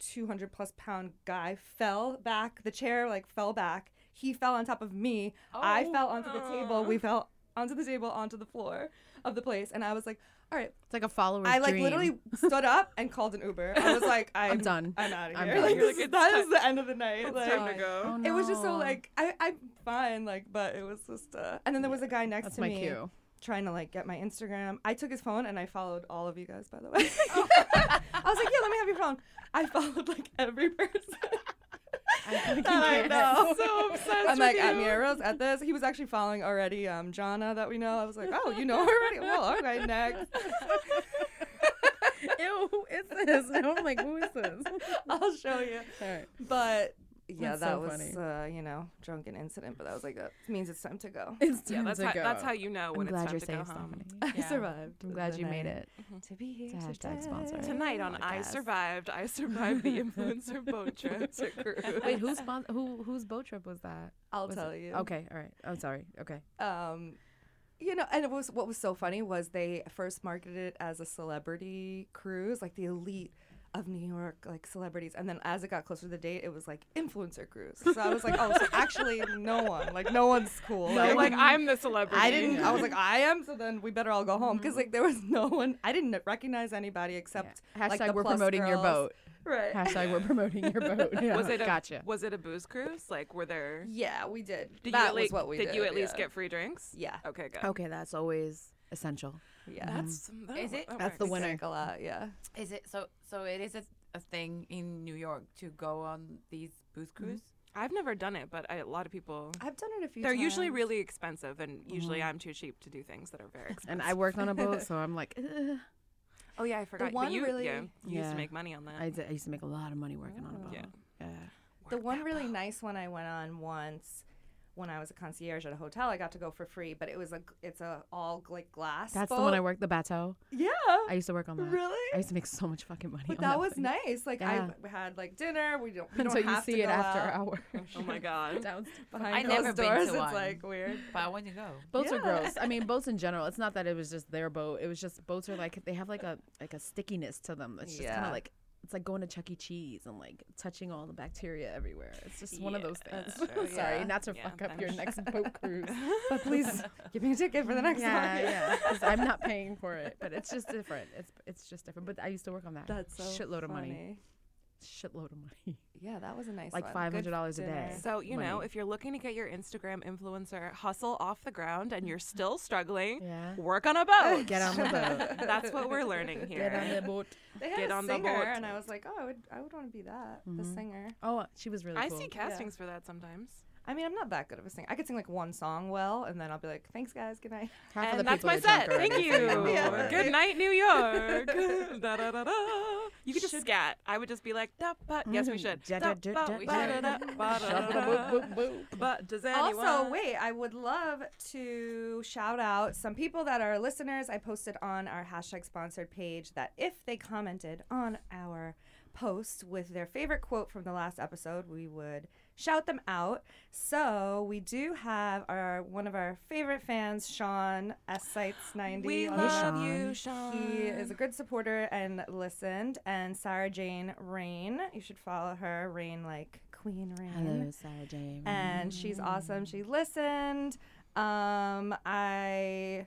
Speaker 1: 200 plus pound guy fell back the chair like fell back he fell on top of me
Speaker 2: Oh,
Speaker 1: i fell onto the table we fell onto the table onto the floor of the place and i was like all right
Speaker 3: It's like a follower's
Speaker 1: i like
Speaker 3: dream.
Speaker 1: literally stood up and called an uber i was like i'm,
Speaker 3: done.
Speaker 1: i'm out of
Speaker 3: I'm
Speaker 1: here
Speaker 3: done.
Speaker 1: like,
Speaker 3: You're
Speaker 1: this is- that is the end of the night like,
Speaker 2: time to go.
Speaker 3: Oh,
Speaker 1: it was just so
Speaker 3: no.
Speaker 1: like I, i'm fine like but it was just uh and then there was a guy next
Speaker 3: That's
Speaker 1: to
Speaker 3: my
Speaker 1: me
Speaker 3: cue.
Speaker 1: trying to like get my Instagram. I took his phone and I followed all of you guys, by the way. I was like, yeah, let me have your phone. I followed like every person. that I know.
Speaker 2: so obsessed
Speaker 1: I'm like
Speaker 2: with
Speaker 1: at
Speaker 2: you.
Speaker 1: Mira Rose at this. He was actually following already um Jana that we know. I was like, oh, you know her already? Well, okay, next.
Speaker 3: Ew, who is this? And I'm like, who is this?
Speaker 1: I'll show you.
Speaker 3: All right.
Speaker 1: But yeah,
Speaker 3: That's
Speaker 1: that
Speaker 3: so
Speaker 1: was
Speaker 3: funny.
Speaker 1: uh, you know, drunken incident, but I was like, that means it's time to go.
Speaker 3: It's
Speaker 2: Yeah,
Speaker 3: time
Speaker 2: that's
Speaker 3: to
Speaker 2: how,
Speaker 3: go.
Speaker 2: that's how you know when
Speaker 3: I'm glad
Speaker 2: it's time
Speaker 3: you're
Speaker 2: to go
Speaker 3: safe,
Speaker 2: home.
Speaker 3: Stephanie.
Speaker 1: I
Speaker 4: Yeah.
Speaker 1: survived.
Speaker 3: I'm glad
Speaker 1: the
Speaker 3: you made
Speaker 1: night
Speaker 3: it.
Speaker 1: To be here
Speaker 3: It's a hashtag
Speaker 1: today.
Speaker 3: sponsor.
Speaker 2: Mm-hmm. Tonight on I
Speaker 3: Podcast.
Speaker 2: Survived, I Survived the Influencer Boat Trip.
Speaker 3: Wait, who's spon- who whose boat trip was that?
Speaker 1: I'll
Speaker 3: Was it-
Speaker 1: tell you.
Speaker 3: Okay, all right. I'm sorry. Okay.
Speaker 1: um you know and it was what was so funny was they first marketed it as a celebrity cruise like the elite of new york like celebrities and then as it got closer to the date it was like influencer cruise so i was like oh so actually no one like no one's cool
Speaker 2: You're
Speaker 1: Like,
Speaker 2: like, I'm the celebrity.
Speaker 1: i didn't i was like i am so then we better all go
Speaker 3: Mm-hmm.
Speaker 1: home because like there was no one i didn't recognize anybody except
Speaker 3: Hashtag
Speaker 1: like, the
Speaker 3: we're
Speaker 1: plus
Speaker 3: promoting your
Speaker 1: girls.
Speaker 3: boat.
Speaker 1: right
Speaker 3: Hashtag we're promoting your boat. Yeah.
Speaker 2: Was it a,
Speaker 3: gotcha.
Speaker 2: Was it a booze cruise? Like, were there?
Speaker 1: yeah we did,
Speaker 2: Did you
Speaker 1: that
Speaker 2: at
Speaker 1: was
Speaker 2: least,
Speaker 1: what we did
Speaker 2: did. you at least
Speaker 1: yeah.
Speaker 2: get free drinks?
Speaker 1: yeah
Speaker 2: Okay, good.
Speaker 3: Okay, that's always essential.
Speaker 1: yeah
Speaker 2: That's that
Speaker 4: Is
Speaker 2: wo-
Speaker 4: it?
Speaker 2: that
Speaker 3: That's the
Speaker 2: works.
Speaker 1: We
Speaker 3: winner.
Speaker 1: drank a lot yeah
Speaker 4: Is it so? So it is a, a thing in New York to go on these booze cruise.
Speaker 2: I've never done it, but I, a lot of people.
Speaker 1: i've done it a few
Speaker 2: They're
Speaker 1: times
Speaker 2: usually really expensive, and usually I'm too cheap to do things that are very expensive.
Speaker 3: And I worked on a boat, so I'm like, "Ugh."
Speaker 2: oh yeah, I forgot. but
Speaker 1: one
Speaker 2: you,
Speaker 1: really-
Speaker 2: yeah, you used
Speaker 3: Yeah.
Speaker 2: to make money on that.
Speaker 3: I, did, I used to make a lot of money working on a boat.
Speaker 2: Yeah.
Speaker 3: Yeah.
Speaker 1: The one really nice one I went on once when I was a concierge at a hotel, I got to go for free, but it was a g- it's a all gl- like glass.
Speaker 3: That's the one I
Speaker 1: boat.
Speaker 3: worked, the bateau.
Speaker 1: Yeah.
Speaker 3: I used to work on that. I
Speaker 1: really?
Speaker 3: used to make so much fucking money
Speaker 1: But
Speaker 3: on
Speaker 1: that
Speaker 3: that
Speaker 1: was
Speaker 3: thing.
Speaker 1: nice. Like
Speaker 3: Yeah.
Speaker 1: I had like dinner. We don't. We don't
Speaker 3: Until you
Speaker 1: have to
Speaker 3: see it
Speaker 1: go
Speaker 3: after
Speaker 1: out.
Speaker 3: hours.
Speaker 2: Oh my god.
Speaker 1: Behind
Speaker 4: I
Speaker 1: closed
Speaker 4: never been to
Speaker 1: doors, it's
Speaker 4: one.
Speaker 1: like weird.
Speaker 4: But I want to go.
Speaker 3: Boats are
Speaker 1: Yeah.
Speaker 3: gross. I mean, boats in general. It's not that it was just their boat. It was just boats are like they have like a like a stickiness to them. It's just kind
Speaker 1: Yeah.
Speaker 3: of like it's like going to Chuck E. Cheese and like touching all the bacteria everywhere. It's just one of those things. Sorry,
Speaker 1: Yeah.
Speaker 3: not to
Speaker 2: Yeah,
Speaker 3: fuck up
Speaker 2: I'm
Speaker 3: your
Speaker 2: sure.
Speaker 3: next boat cruise.
Speaker 1: But please give me a ticket for the next
Speaker 3: yeah,
Speaker 1: one.
Speaker 3: yeah. 'cause I'm not paying for it, but it's just different. It's it's just different. But I used to work on that.
Speaker 1: That's so
Speaker 3: shitload of money.
Speaker 1: funny.
Speaker 3: Shitload of money.
Speaker 1: Yeah, that was a nice
Speaker 3: Like
Speaker 1: one. Good
Speaker 3: $500 a
Speaker 1: dinner.
Speaker 3: day.
Speaker 2: So you know,
Speaker 3: Money.
Speaker 2: if you're looking to get your Instagram influencer hustle off the ground and you're still struggling,
Speaker 3: Yeah.
Speaker 2: work on a boat.
Speaker 3: Get on the boat.
Speaker 2: That's what we're learning here.
Speaker 3: Get on the boat.
Speaker 1: They had
Speaker 2: Get
Speaker 1: a
Speaker 2: on the
Speaker 1: singer,
Speaker 2: boat. Mm-hmm.
Speaker 1: and I was like, oh, I would, I would want to be that the singer.
Speaker 3: Oh, she was really
Speaker 2: I
Speaker 3: cool.
Speaker 2: see castings for that sometimes.
Speaker 1: I mean, I'm not that good of a singer. I could sing like one song well, and then I'll be like, thanks guys, good night.
Speaker 3: Half of the
Speaker 2: and that's
Speaker 3: people
Speaker 2: my
Speaker 3: are drunk
Speaker 2: set. Thank
Speaker 3: already,
Speaker 2: you.
Speaker 3: so know
Speaker 1: Yeah.
Speaker 3: what-
Speaker 2: Good night, New York. da, da, da, da. You could just scat. I would just be like, da, ba. yes, we should.
Speaker 3: Ja,
Speaker 2: Da,
Speaker 3: da, da,
Speaker 2: ba,
Speaker 3: da,
Speaker 2: we
Speaker 3: da.
Speaker 2: should. Da, da, ba, da, da,
Speaker 3: Shabba
Speaker 2: da.
Speaker 3: boop, boop, boop.
Speaker 2: But does anyone?
Speaker 1: Also, wait, I would love to shout out some people that are listeners. I posted on our hashtag sponsored page that if they commented on our post with their favorite quote from the last episode, we would shout them out. So we do have our one of our favorite fans, Sean S Sites ninety.
Speaker 2: We
Speaker 1: on
Speaker 2: love
Speaker 1: the-
Speaker 2: you, Sean.
Speaker 1: He is a good supporter and listened. And Sarah Jane Rain, you should follow her. Rain like Queen Rain
Speaker 3: Hello, Sarah J.
Speaker 1: and she's awesome. She listened. Um, I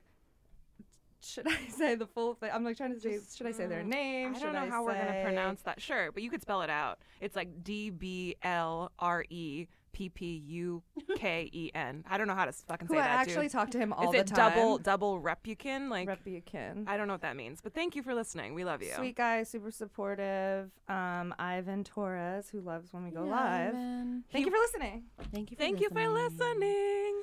Speaker 1: should I say the full thing? I'm like trying to say. Should I say their name?
Speaker 2: mm, I
Speaker 1: Should
Speaker 2: don't know how we're
Speaker 1: say-
Speaker 2: gonna pronounce that. Sure, but you could spell it out. It's like D B L R E P P U K E N. I don't know how to s- fucking
Speaker 1: Who
Speaker 2: say
Speaker 1: I
Speaker 2: that.
Speaker 1: actually
Speaker 2: dude.
Speaker 1: talk to him all
Speaker 2: Is it
Speaker 1: the time.
Speaker 2: double double repukin? Like
Speaker 1: Rebukin.
Speaker 2: I don't know what that means, but thank you for listening. We love you.
Speaker 1: Sweet guy, super supportive. Um, Ivan Torres, who loves when we go live. Thank you for listening.
Speaker 3: Thank you. For
Speaker 2: Thank you for listening.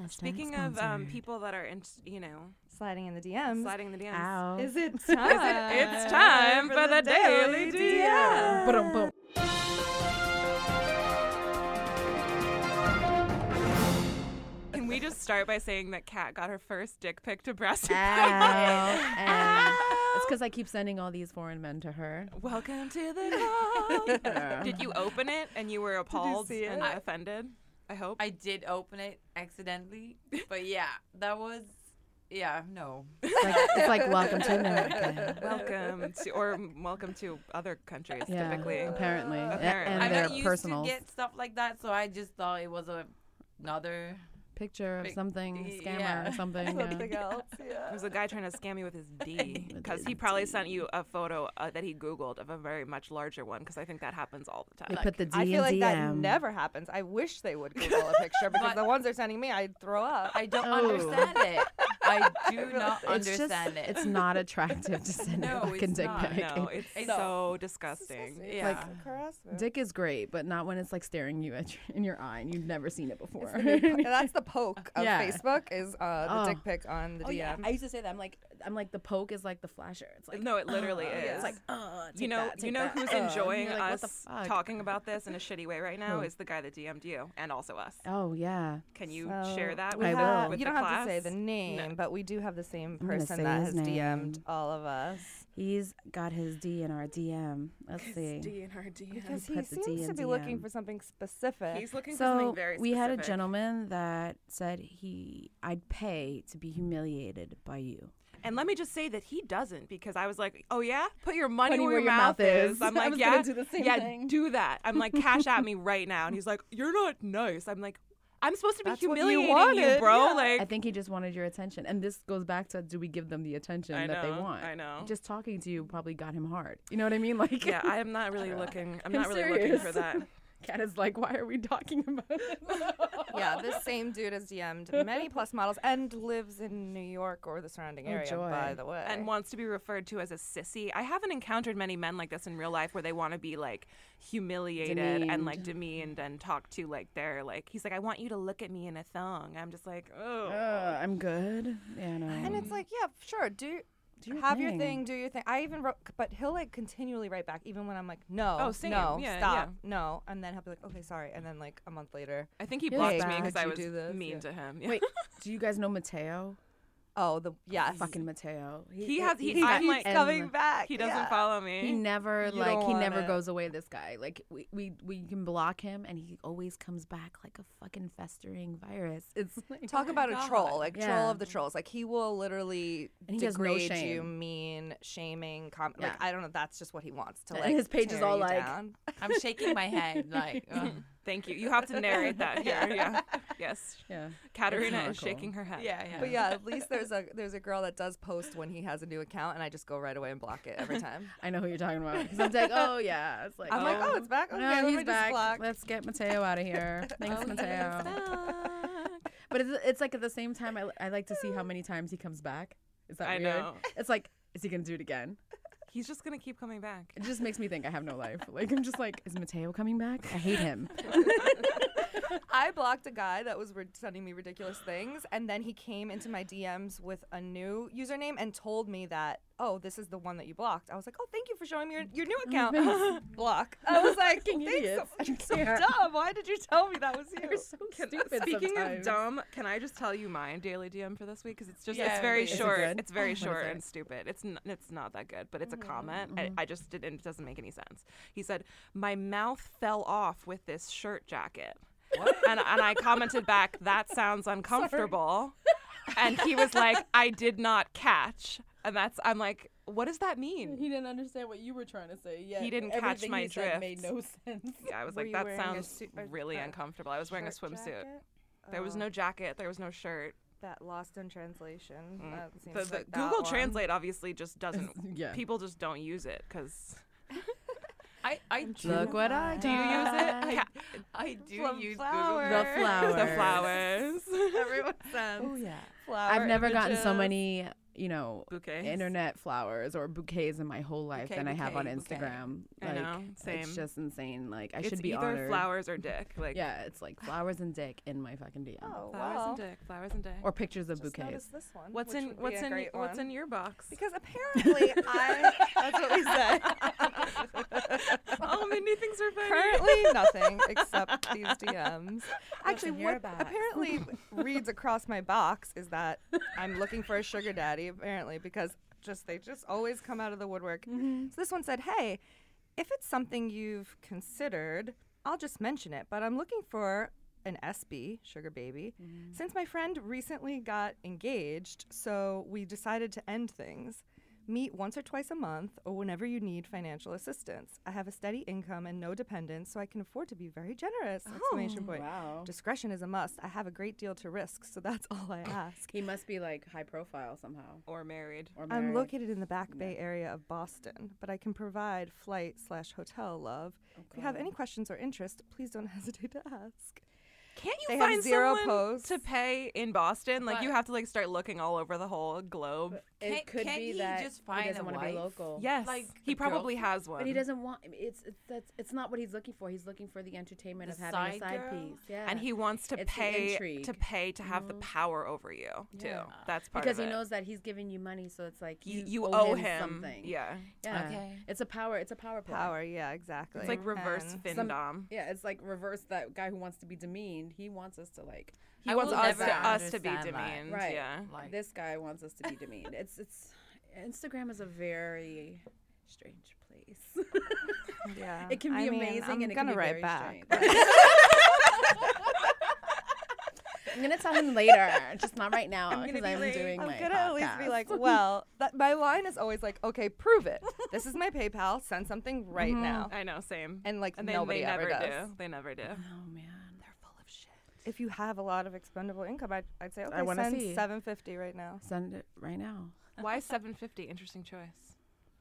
Speaker 3: Hashtag
Speaker 2: Speaking of um,
Speaker 3: sponsored.
Speaker 2: people that are, in, you know,
Speaker 1: Sliding in the DMs.
Speaker 2: sliding the DMs.
Speaker 3: Ow.
Speaker 1: Is it time?
Speaker 2: It's time for the daily DM.
Speaker 3: Ba-dum, bum.
Speaker 2: Can we just start by saying that Kat got her first dick pic to breast.
Speaker 3: Ah. Ow. and it's because I keep sending all these foreign men to her.
Speaker 2: Welcome to the club. Did you open it and you were appalled
Speaker 1: see
Speaker 2: and
Speaker 1: it?
Speaker 2: offended? I hope.
Speaker 4: I did open it accidentally, but yeah, that was yeah no.
Speaker 3: It's like, it's like welcome to America.
Speaker 2: welcome to, or m- welcome to other countries
Speaker 3: Yeah,
Speaker 2: typically.
Speaker 3: apparently, A-
Speaker 2: Apparently.
Speaker 3: and
Speaker 4: I'm
Speaker 3: their
Speaker 4: not used
Speaker 3: personals.
Speaker 4: to get stuff like that, so I just thought it was a, another.
Speaker 3: Picture of
Speaker 4: Big-
Speaker 3: something,
Speaker 4: y-
Speaker 3: scammer
Speaker 4: yeah.
Speaker 3: or something. yeah.
Speaker 1: Something else. Yeah.
Speaker 2: There's a guy trying to scam you with his D because
Speaker 3: his
Speaker 2: he probably sent you a photo uh, that he Googled of a very much larger one because I think that happens all the
Speaker 3: They
Speaker 2: time.
Speaker 3: put the D
Speaker 1: I feel
Speaker 3: in
Speaker 1: like
Speaker 3: DM.
Speaker 1: that never happens. I wish they would Google a picture because
Speaker 4: But-
Speaker 1: the ones they're sending me, I'd throw up.
Speaker 4: I don't
Speaker 3: Oh.
Speaker 4: understand it. I do not
Speaker 3: it's
Speaker 4: understand
Speaker 3: just,
Speaker 4: it.
Speaker 3: it's not attractive to send
Speaker 4: No,
Speaker 3: a fucking
Speaker 4: it's
Speaker 3: dick
Speaker 4: not.
Speaker 3: pic.
Speaker 2: no, it's
Speaker 4: It's-
Speaker 2: so disgusting.
Speaker 4: It's yeah.
Speaker 1: It's harassment.
Speaker 3: Dick is great, but not when it's like staring you at your, in your eye and you've never seen it before.
Speaker 1: It's the new po- that's the poke of
Speaker 3: Yeah.
Speaker 1: Facebook is uh, the
Speaker 3: Oh.
Speaker 1: dick pic on the DM.
Speaker 3: I used to say that. I'm like, I'm like the poke is like the flasher. It's like
Speaker 2: no, it literally is.
Speaker 3: It's like, uh,
Speaker 2: you know, you know who's enjoying us talking about this in a shitty way right now
Speaker 3: Who?
Speaker 2: is the guy that DM'd you and also us.
Speaker 3: Oh yeah,
Speaker 2: Can you
Speaker 1: So
Speaker 2: share that
Speaker 1: we
Speaker 2: with,
Speaker 3: Oh. I
Speaker 1: have-
Speaker 3: will.
Speaker 2: with
Speaker 1: You
Speaker 2: the
Speaker 1: don't have to say
Speaker 2: class?
Speaker 1: the name, but we do have the same
Speaker 3: gonna
Speaker 1: person
Speaker 3: say
Speaker 1: that has
Speaker 3: his
Speaker 1: DM'd
Speaker 3: name.
Speaker 1: all of us.
Speaker 3: he's got his D in our DM. Let's see.
Speaker 1: Because
Speaker 3: He
Speaker 1: he
Speaker 3: put the D
Speaker 1: seems to
Speaker 3: in
Speaker 1: be looking
Speaker 3: DM.
Speaker 1: for something specific.
Speaker 2: He's looking for
Speaker 3: So
Speaker 2: something very
Speaker 3: we had a
Speaker 2: specific.
Speaker 3: gentleman that said he, I'd pay to be humiliated by you.
Speaker 2: And let me just say that he doesn't because I was like, oh yeah, put your money where,
Speaker 3: where
Speaker 2: your
Speaker 3: your
Speaker 2: mouth,
Speaker 3: mouth
Speaker 2: is.
Speaker 3: is.
Speaker 2: I'm
Speaker 3: I
Speaker 2: like,
Speaker 3: was gonna
Speaker 2: yeah,
Speaker 3: do the same
Speaker 2: yeah,
Speaker 3: thing."
Speaker 2: do that. I'm like, cash at me right now. And he's like, you're not nice. I'm like, I'm supposed to be
Speaker 1: That's what you
Speaker 2: humiliating
Speaker 1: wanted,
Speaker 2: bro.
Speaker 1: yeah.
Speaker 2: Like,
Speaker 3: I think he just wanted your attention, and this goes back to do we give them the attention
Speaker 2: I
Speaker 3: that they
Speaker 2: know,
Speaker 3: want?
Speaker 2: I know.
Speaker 3: Just talking to you probably got him hard. You know what I mean? Like
Speaker 2: yeah, I am not really looking. I'm not really looking for
Speaker 3: serious.
Speaker 2: that.
Speaker 3: Kat is like, why are we talking about it?
Speaker 1: yeah, this same dude has DM'd many plus models and lives in New York or the surrounding area,
Speaker 3: Oh, joy.
Speaker 1: by the way.
Speaker 2: and wants to be referred to as a sissy. I haven't encountered many men like this in real life where they want to be like humiliated and like demeaned and talked to like they're like he's like I want you to look at me in a thong. I'm just like oh
Speaker 3: Uh, I'm good. Yeah, no.
Speaker 1: And it's like, yeah, sure, do,
Speaker 3: Do your
Speaker 1: have your
Speaker 3: thing.
Speaker 1: thing, do your thing. I even wrote, but he'll like continually write back, even when I'm like, no,
Speaker 2: Oh, same.
Speaker 1: no,
Speaker 2: Yeah,
Speaker 1: stop,
Speaker 2: yeah.
Speaker 1: no, and then he'll be like, okay, sorry, and then like a month later,
Speaker 2: I think he
Speaker 3: Yeah,
Speaker 2: blocked
Speaker 3: like,
Speaker 2: me because
Speaker 1: how'd
Speaker 2: I
Speaker 1: you
Speaker 2: was
Speaker 1: do this?
Speaker 2: mean
Speaker 1: Yeah.
Speaker 2: to him. Yeah.
Speaker 3: wait, do you guys know Mateo?
Speaker 1: oh, the yes,
Speaker 3: Fucking Mateo.
Speaker 2: He has- he-
Speaker 3: he's
Speaker 2: I'm
Speaker 3: got
Speaker 2: like-
Speaker 3: M.
Speaker 1: coming back.
Speaker 2: he doesn't
Speaker 1: yeah.
Speaker 2: follow me.
Speaker 3: He never
Speaker 1: You
Speaker 3: like
Speaker 1: don't
Speaker 3: he
Speaker 1: want
Speaker 3: never
Speaker 1: it.
Speaker 3: goes away. This guy like we, we we can block him and he always comes back like a fucking festering virus. It's like,
Speaker 1: Talk about a troll, like troll
Speaker 3: Yeah.
Speaker 1: of the trolls. Like he will literally
Speaker 3: And he has no
Speaker 1: degrade you,
Speaker 3: shame.
Speaker 1: mean, shaming, com- like
Speaker 3: Yeah.
Speaker 1: I don't know. That's just what he wants to
Speaker 3: And
Speaker 1: like.
Speaker 3: his page is
Speaker 1: tear
Speaker 3: all
Speaker 1: you
Speaker 3: like-
Speaker 1: down.
Speaker 4: I'm shaking my head like. Uh,
Speaker 2: Thank you. You have to narrate that here. Yeah. Yes.
Speaker 3: yeah.
Speaker 2: Katerina
Speaker 3: not
Speaker 2: is
Speaker 3: cool.
Speaker 2: shaking her head.
Speaker 4: yeah, yeah.
Speaker 1: But yeah, at least there's a there's a girl that does post when he has a new account, and I just go right away and block it every time.
Speaker 3: I know who you're talking about. 'Cause I'm like, oh yeah. It's like
Speaker 1: I'm like, oh, it's back. Okay, let
Speaker 3: no,
Speaker 1: me
Speaker 3: he's
Speaker 1: just
Speaker 3: back.
Speaker 1: block.
Speaker 3: Let's get Mateo out of here. Thanks, Mateo. But it's, it's like at the same time, I, li- I like to see how many times he comes back. Is that
Speaker 2: I
Speaker 3: weird?
Speaker 2: know.
Speaker 3: It's like, is he gonna do it again?
Speaker 2: He's just gonna keep coming back.
Speaker 3: It just makes me think I have no life. Like I'm just like, is Mateo coming back? I hate him.
Speaker 1: I blocked a guy that was rid- sending me ridiculous things, and then he came into my DMs with a new username and told me that, oh, this is the one that you blocked. I was like, oh, thank you for showing me your, your new account. Block. I was like,
Speaker 3: Fucking
Speaker 1: thanks so
Speaker 3: idiots.
Speaker 1: much. You're so
Speaker 3: Yeah.
Speaker 1: dumb. Why did you tell me that was
Speaker 3: You're
Speaker 1: you?
Speaker 3: so
Speaker 2: Can-
Speaker 3: stupid.
Speaker 2: Speaking
Speaker 3: sometimes.
Speaker 2: of dumb, can I just tell you my daily DM for this week? Because it's just it's
Speaker 4: Yeah,
Speaker 2: very
Speaker 4: please. Is it
Speaker 2: short.
Speaker 3: good?
Speaker 2: It's very
Speaker 3: What is
Speaker 2: short
Speaker 3: it?
Speaker 2: and stupid. It's n- it's not that good, but it's a comment. I, I just didn't. It doesn't make any sense. He said, "My mouth fell off with this shirt jacket," and and I commented back, "That sounds uncomfortable," and he was like, "I did not catch," and that's I'm like, "What does that mean?"
Speaker 5: He didn't understand what you were trying to say. Yeah,
Speaker 2: He didn't catch
Speaker 5: everything
Speaker 2: my
Speaker 5: he said made
Speaker 2: drift.
Speaker 5: no sense.
Speaker 2: Yeah, I was
Speaker 1: Were
Speaker 2: like,
Speaker 1: you
Speaker 2: "That
Speaker 1: wearing a
Speaker 2: sounds
Speaker 1: suit- or
Speaker 2: really
Speaker 1: a
Speaker 2: uncomfortable." I was wearing a
Speaker 1: Shirt
Speaker 2: swimsuit.
Speaker 1: jacket?
Speaker 2: There was
Speaker 1: Oh,
Speaker 2: no jacket. There was no shirt.
Speaker 1: That lost in translation. That seems
Speaker 2: Mm. the, the
Speaker 1: like that
Speaker 2: Google
Speaker 1: one.
Speaker 2: Translate obviously just doesn't.
Speaker 3: Yeah.
Speaker 2: People just don't use it because.
Speaker 4: I I do,
Speaker 3: Look what I
Speaker 4: do you use
Speaker 3: got.
Speaker 4: it? I, I do
Speaker 1: Plum
Speaker 4: use
Speaker 1: flower.
Speaker 4: Google.
Speaker 3: The flowers.
Speaker 2: The flowers.
Speaker 1: Everyone sends
Speaker 4: yeah.
Speaker 1: flower.
Speaker 3: I've never gotten so
Speaker 1: images.
Speaker 3: many you know,
Speaker 2: Bouquets.
Speaker 3: internet flowers or bouquets in my whole life
Speaker 4: Bouquet,
Speaker 3: than I have on
Speaker 4: bouquet, bouquet.
Speaker 3: Instagram.
Speaker 2: I
Speaker 3: Like,
Speaker 2: know, same.
Speaker 3: It's just insane. Like I
Speaker 2: it's
Speaker 3: should be
Speaker 2: either
Speaker 3: honored.
Speaker 2: flowers or dick. Like
Speaker 3: Yeah, it's like flowers and dick in my fucking DM.
Speaker 1: Oh,
Speaker 2: flowers
Speaker 1: well.
Speaker 2: and dick, flowers and dick.
Speaker 3: Or pictures of
Speaker 1: Just noticed
Speaker 3: bouquets.
Speaker 1: this one.
Speaker 2: what's
Speaker 1: which
Speaker 2: in
Speaker 1: would be
Speaker 2: what's
Speaker 1: a
Speaker 2: in
Speaker 1: great
Speaker 2: what's
Speaker 1: one.
Speaker 2: in your box?
Speaker 1: Because apparently I. That's what we said.
Speaker 2: oh, many things are funny.
Speaker 1: Currently nothing except these DMs. Actually,
Speaker 4: in your
Speaker 1: what
Speaker 4: box.
Speaker 1: apparently reads across my box is that I'm looking for a sugar daddy. Apparently, because just they just always come out of the woodwork. So this one said, "Hey, if it's something you've considered, I'll just mention it. But I'm looking for." An SB, sugar baby, since my friend recently got engaged, so we decided to end things. Meet once or twice a month or whenever you need financial assistance. I have a steady income and no dependents, so I can afford to be very generous. exclamation point.
Speaker 3: wow.
Speaker 1: Discretion is a must. I have a great deal to risk, so that's all I ask.
Speaker 3: He must be like high profile somehow.
Speaker 2: or married.
Speaker 3: Or
Speaker 1: I'm
Speaker 3: married.
Speaker 1: located in the Back Bay area of Boston, but I can provide flight slash hotel love. if you have any questions or interest, please don't hesitate to ask.
Speaker 2: Can't you
Speaker 1: They have
Speaker 2: find
Speaker 1: zero
Speaker 2: someone
Speaker 1: posts.
Speaker 2: to pay in Boston? Like you
Speaker 4: But-
Speaker 2: have to like start looking all over the whole globe.
Speaker 3: It
Speaker 4: Can't-
Speaker 3: could
Speaker 4: can't
Speaker 3: be
Speaker 4: he
Speaker 3: that
Speaker 4: just find
Speaker 3: he doesn't
Speaker 4: a
Speaker 3: want to be
Speaker 4: wife?
Speaker 3: local.
Speaker 2: Yes,
Speaker 4: Like,
Speaker 2: he
Speaker 4: the
Speaker 2: probably
Speaker 4: girlfriend?
Speaker 2: has one.
Speaker 3: But he doesn't want. I mean, It's it's that's it's not what he's looking for. He's looking for the entertainment
Speaker 4: The
Speaker 3: of having a
Speaker 4: side
Speaker 3: side
Speaker 4: girl?
Speaker 3: piece. Yeah.
Speaker 2: And he wants to
Speaker 3: It's the
Speaker 2: pay to
Speaker 3: intrigue. Mm-hmm.
Speaker 2: pay to have the power over you too.
Speaker 3: Yeah.
Speaker 2: That's part
Speaker 3: because
Speaker 2: of
Speaker 3: he
Speaker 2: it.
Speaker 3: knows that he's giving you money, so it's like
Speaker 2: you,
Speaker 3: you,
Speaker 2: you owe him,
Speaker 3: something.
Speaker 2: Yeah,
Speaker 3: Yeah.
Speaker 4: Okay.
Speaker 3: It's a power. It's a power. play.
Speaker 1: Power, yeah, exactly.
Speaker 2: it's like reverse
Speaker 1: And-
Speaker 3: Some-
Speaker 2: findom.
Speaker 3: Yeah, it's like reverse that guy who wants to be demeaned. He wants us to like.
Speaker 2: He
Speaker 4: I
Speaker 2: wants
Speaker 4: will
Speaker 2: us to
Speaker 4: never
Speaker 2: us to be
Speaker 4: understand that.
Speaker 2: demeaned.
Speaker 3: Right.
Speaker 2: Yeah,
Speaker 4: Like,
Speaker 3: This guy wants us to be demeaned. It's it's. Instagram is a very strange place.
Speaker 1: Yeah,
Speaker 3: it can be
Speaker 1: I mean,
Speaker 3: amazing
Speaker 1: I'm
Speaker 3: and it
Speaker 1: gonna
Speaker 3: can be
Speaker 1: write
Speaker 3: very
Speaker 1: back.
Speaker 3: strange. I'm gonna tell him later, just not right now, because I'm, doing
Speaker 1: I'm
Speaker 3: my
Speaker 1: gonna at least
Speaker 3: podcast.
Speaker 1: be like, well, that, my line is always like, okay, prove it. This is my PayPal. Send something right now.
Speaker 2: I know. Same.
Speaker 1: And, like,
Speaker 2: Mm-hmm. they,
Speaker 1: nobody
Speaker 2: they
Speaker 1: ever
Speaker 2: never
Speaker 1: does.
Speaker 2: do. They never do.
Speaker 3: oh man.
Speaker 1: If you have a lot of expendable income, I'd, I'd say, okay,
Speaker 3: wanna
Speaker 1: send
Speaker 3: see.
Speaker 1: 750 right now.
Speaker 3: Send it right now.
Speaker 2: Why 750? Interesting choice.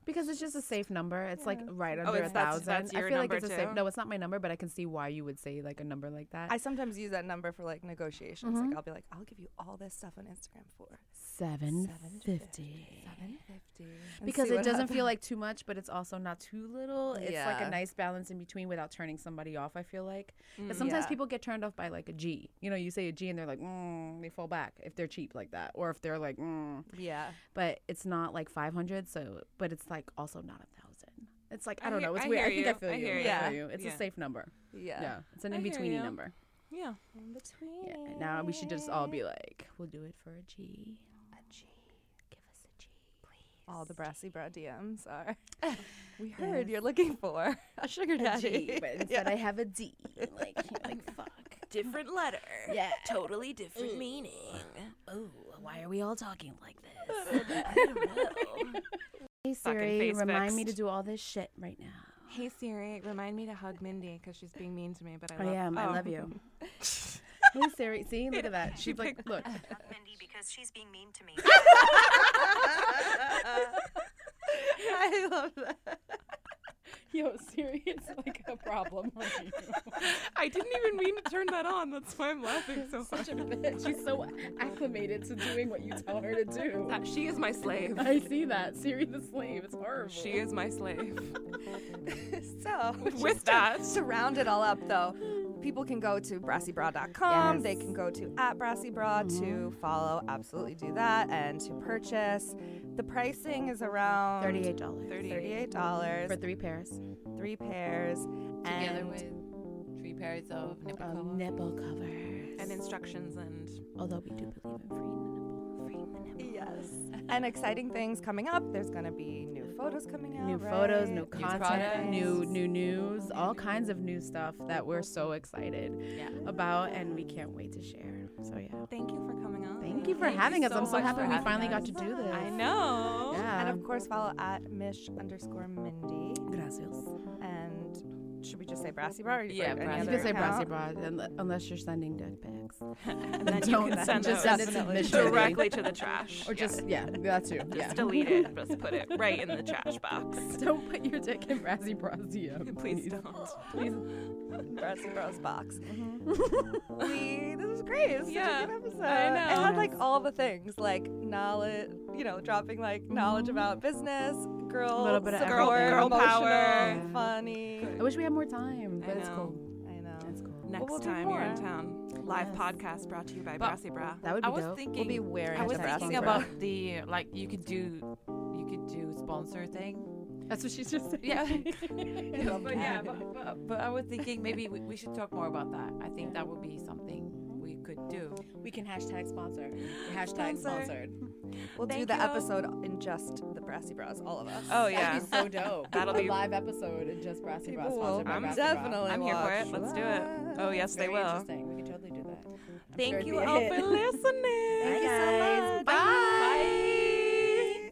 Speaker 3: Because it's just a safe number. It's like right
Speaker 2: Oh,
Speaker 3: under a
Speaker 2: it's- that's-
Speaker 3: thousand.
Speaker 2: that's your
Speaker 3: I feel like
Speaker 2: number
Speaker 3: it's a safe.
Speaker 2: too?
Speaker 3: No, it's not my number, but I can see why you would say like a number like that.
Speaker 1: I sometimes use that number for like negotiations. Like I'll be like, I'll give you all this stuff on Instagram for
Speaker 3: Seven fifty.
Speaker 1: 750. and
Speaker 3: Because
Speaker 1: see
Speaker 3: it
Speaker 1: what
Speaker 3: doesn't
Speaker 1: happens.
Speaker 3: feel like too much, but it's also not too little. It's like
Speaker 1: Yeah.
Speaker 3: a nice balance in between without turning somebody off. I feel like
Speaker 2: Mm,
Speaker 3: 'Cause sometimes
Speaker 1: Yeah.
Speaker 3: people get turned off by like a G. You know, you say a G and they're like, mm, they fall back if they're cheap like that, or if they're like, mm.
Speaker 1: Yeah.
Speaker 3: but it's not like five hundred. So, but it's like also not a thousand. It's like I,
Speaker 2: I
Speaker 3: don't
Speaker 2: hear-
Speaker 3: know. It's
Speaker 2: I
Speaker 3: weird. I
Speaker 2: hear
Speaker 3: think I
Speaker 2: you.
Speaker 3: feel
Speaker 2: I
Speaker 3: you.
Speaker 2: hear
Speaker 3: I
Speaker 1: you. Yeah.
Speaker 3: feel you. It's
Speaker 2: Yeah.
Speaker 3: a safe number.
Speaker 1: Yeah.
Speaker 3: Yeah, it's an
Speaker 2: I
Speaker 3: in
Speaker 2: hear
Speaker 3: betweeny
Speaker 2: you.
Speaker 3: number.
Speaker 2: Yeah.
Speaker 1: In between.
Speaker 3: Yeah, and now we should just all be like, we'll do it for a G. A G. Give us a G, please.
Speaker 1: All the brassy bra DMs are. we heard you're looking for a sugar
Speaker 3: A
Speaker 1: daddy.
Speaker 3: G, but instead I have a D. Like, like fuck.
Speaker 4: different letter.
Speaker 3: Yeah. Mm.
Speaker 4: Totally different meaning.
Speaker 3: Oh, why are we all talking like this? Hey
Speaker 2: Fucking
Speaker 3: Siri,
Speaker 2: face
Speaker 3: remind me to
Speaker 2: fixed.
Speaker 3: do all this shit right now.
Speaker 2: Hey Siri, remind me to hug Mindy because she's being mean to me. But I,
Speaker 3: I
Speaker 2: love-
Speaker 3: am. I
Speaker 2: Oh.
Speaker 3: love you. hey Siri, see, look at that. She's like, look.
Speaker 6: Mindy because she's being mean to me.
Speaker 1: I love that.
Speaker 5: Yo, Siri, it's like a problem. for you.
Speaker 2: I didn't even mean to turn that on. That's why I'm laughing so hard.
Speaker 3: She's so acclimated to doing what you tell her to do.
Speaker 2: Uh, She is my slave.
Speaker 3: I see that. Siri the slave. It's horrible.
Speaker 2: She is my slave.
Speaker 1: So
Speaker 2: With that.
Speaker 1: to round it all up though people can go to brassybra.com they can go to at brassybra to
Speaker 3: Mm-hmm.
Speaker 1: follow absolutely do that and to purchase the pricing is around
Speaker 3: Thirty-eight dollars
Speaker 1: $38
Speaker 3: for three pairs.
Speaker 1: three pairs
Speaker 4: Together
Speaker 1: and
Speaker 4: with three pairs of nipple
Speaker 3: Of
Speaker 4: covers.
Speaker 3: nipple covers.
Speaker 2: And instructions and
Speaker 3: Although we do believe in freeing the nipple, freeing the nipple.
Speaker 1: yes and exciting things coming up there's going to be new photos coming out
Speaker 3: New photos,
Speaker 1: right?
Speaker 3: new
Speaker 4: products.
Speaker 3: content, new new news, all kinds of new stuff that we're so excited
Speaker 4: Yeah.
Speaker 3: about, and we can't wait to share. So yeah,
Speaker 2: thank you for coming on.
Speaker 3: thank you for
Speaker 4: Thank you
Speaker 3: having us.
Speaker 4: so
Speaker 3: I'm so
Speaker 4: much
Speaker 3: happy
Speaker 4: for
Speaker 3: we
Speaker 4: having
Speaker 3: finally got
Speaker 4: us.
Speaker 3: to do this.
Speaker 2: I know.
Speaker 3: Yeah.
Speaker 1: and of course follow at mish underscore mindy
Speaker 3: Gracias.
Speaker 1: and should we just say Brassy Bra? Or do you
Speaker 4: Yeah,
Speaker 1: have any
Speaker 4: Brassy
Speaker 3: You
Speaker 1: other
Speaker 3: can say brassy
Speaker 1: account?
Speaker 3: bra unle- unless you're sending dick pics.
Speaker 2: And then you
Speaker 3: Don't
Speaker 2: can send
Speaker 3: just
Speaker 2: those
Speaker 3: send it to Mitch
Speaker 2: directly to the trash.
Speaker 3: Or
Speaker 2: Yeah.
Speaker 3: just yeah, that's you.
Speaker 2: Just
Speaker 3: yeah.
Speaker 2: delete it. Just put it right in the trash box.
Speaker 3: Don't put your dick in brassy bra's DM.
Speaker 2: Please don't.
Speaker 1: Brassy Bros box.
Speaker 3: Mm-hmm.
Speaker 1: we, this was great. It was
Speaker 2: Yeah,
Speaker 1: such a good episode.
Speaker 2: I
Speaker 1: It had
Speaker 2: know.
Speaker 1: like all the things, like knowledge, you know, dropping like knowledge
Speaker 2: Mm-hmm.
Speaker 1: about business, girl,
Speaker 3: Little bit of
Speaker 1: support,
Speaker 3: everything.
Speaker 2: Girl power.
Speaker 1: emotional,
Speaker 3: Yeah.
Speaker 1: funny.
Speaker 3: I wish we had more time,
Speaker 2: I
Speaker 3: but it's
Speaker 2: know.
Speaker 3: cool.
Speaker 1: I know.
Speaker 3: That's cool.
Speaker 2: Next
Speaker 1: we'll do
Speaker 2: time you're in
Speaker 1: more.
Speaker 2: town, live
Speaker 3: Yes.
Speaker 2: podcast brought to you by
Speaker 4: But-
Speaker 2: Brassy Bra.
Speaker 3: That would be
Speaker 4: I was
Speaker 3: dope.
Speaker 4: thinking.
Speaker 1: We'll be wearing.
Speaker 4: I was
Speaker 1: the Brassy
Speaker 4: thinking
Speaker 1: Bra.
Speaker 4: about the like you could do, you could do sponsor thing.
Speaker 3: That's what she's just saying.
Speaker 4: Yeah. Yeah, but yeah, but, but, but I was thinking maybe we, we should talk more about that. I think that would be something we could do.
Speaker 5: We can hashtag sponsor. Hashtag sponsored.
Speaker 1: We'll do
Speaker 2: Thank
Speaker 1: the
Speaker 2: you.
Speaker 1: episode in just the Brassy Bras, all of us.
Speaker 2: Oh
Speaker 5: That'd
Speaker 2: yeah,
Speaker 5: be so dope.
Speaker 2: That'll
Speaker 5: a
Speaker 2: be-
Speaker 5: live episode of just brassy bra
Speaker 1: People will
Speaker 5: sponsored by
Speaker 2: I'm
Speaker 5: Brassy Bra.
Speaker 1: definitely
Speaker 2: I'm here for
Speaker 1: watch.
Speaker 2: it. Let's do it. Oh yes,
Speaker 5: Very
Speaker 2: they will.
Speaker 5: Interesting. We could totally do that.
Speaker 2: Thank
Speaker 5: Sure it'd
Speaker 2: you
Speaker 5: be a
Speaker 2: all
Speaker 5: hit.
Speaker 2: for listening.
Speaker 5: Thank you so much.
Speaker 2: Bye. Bye.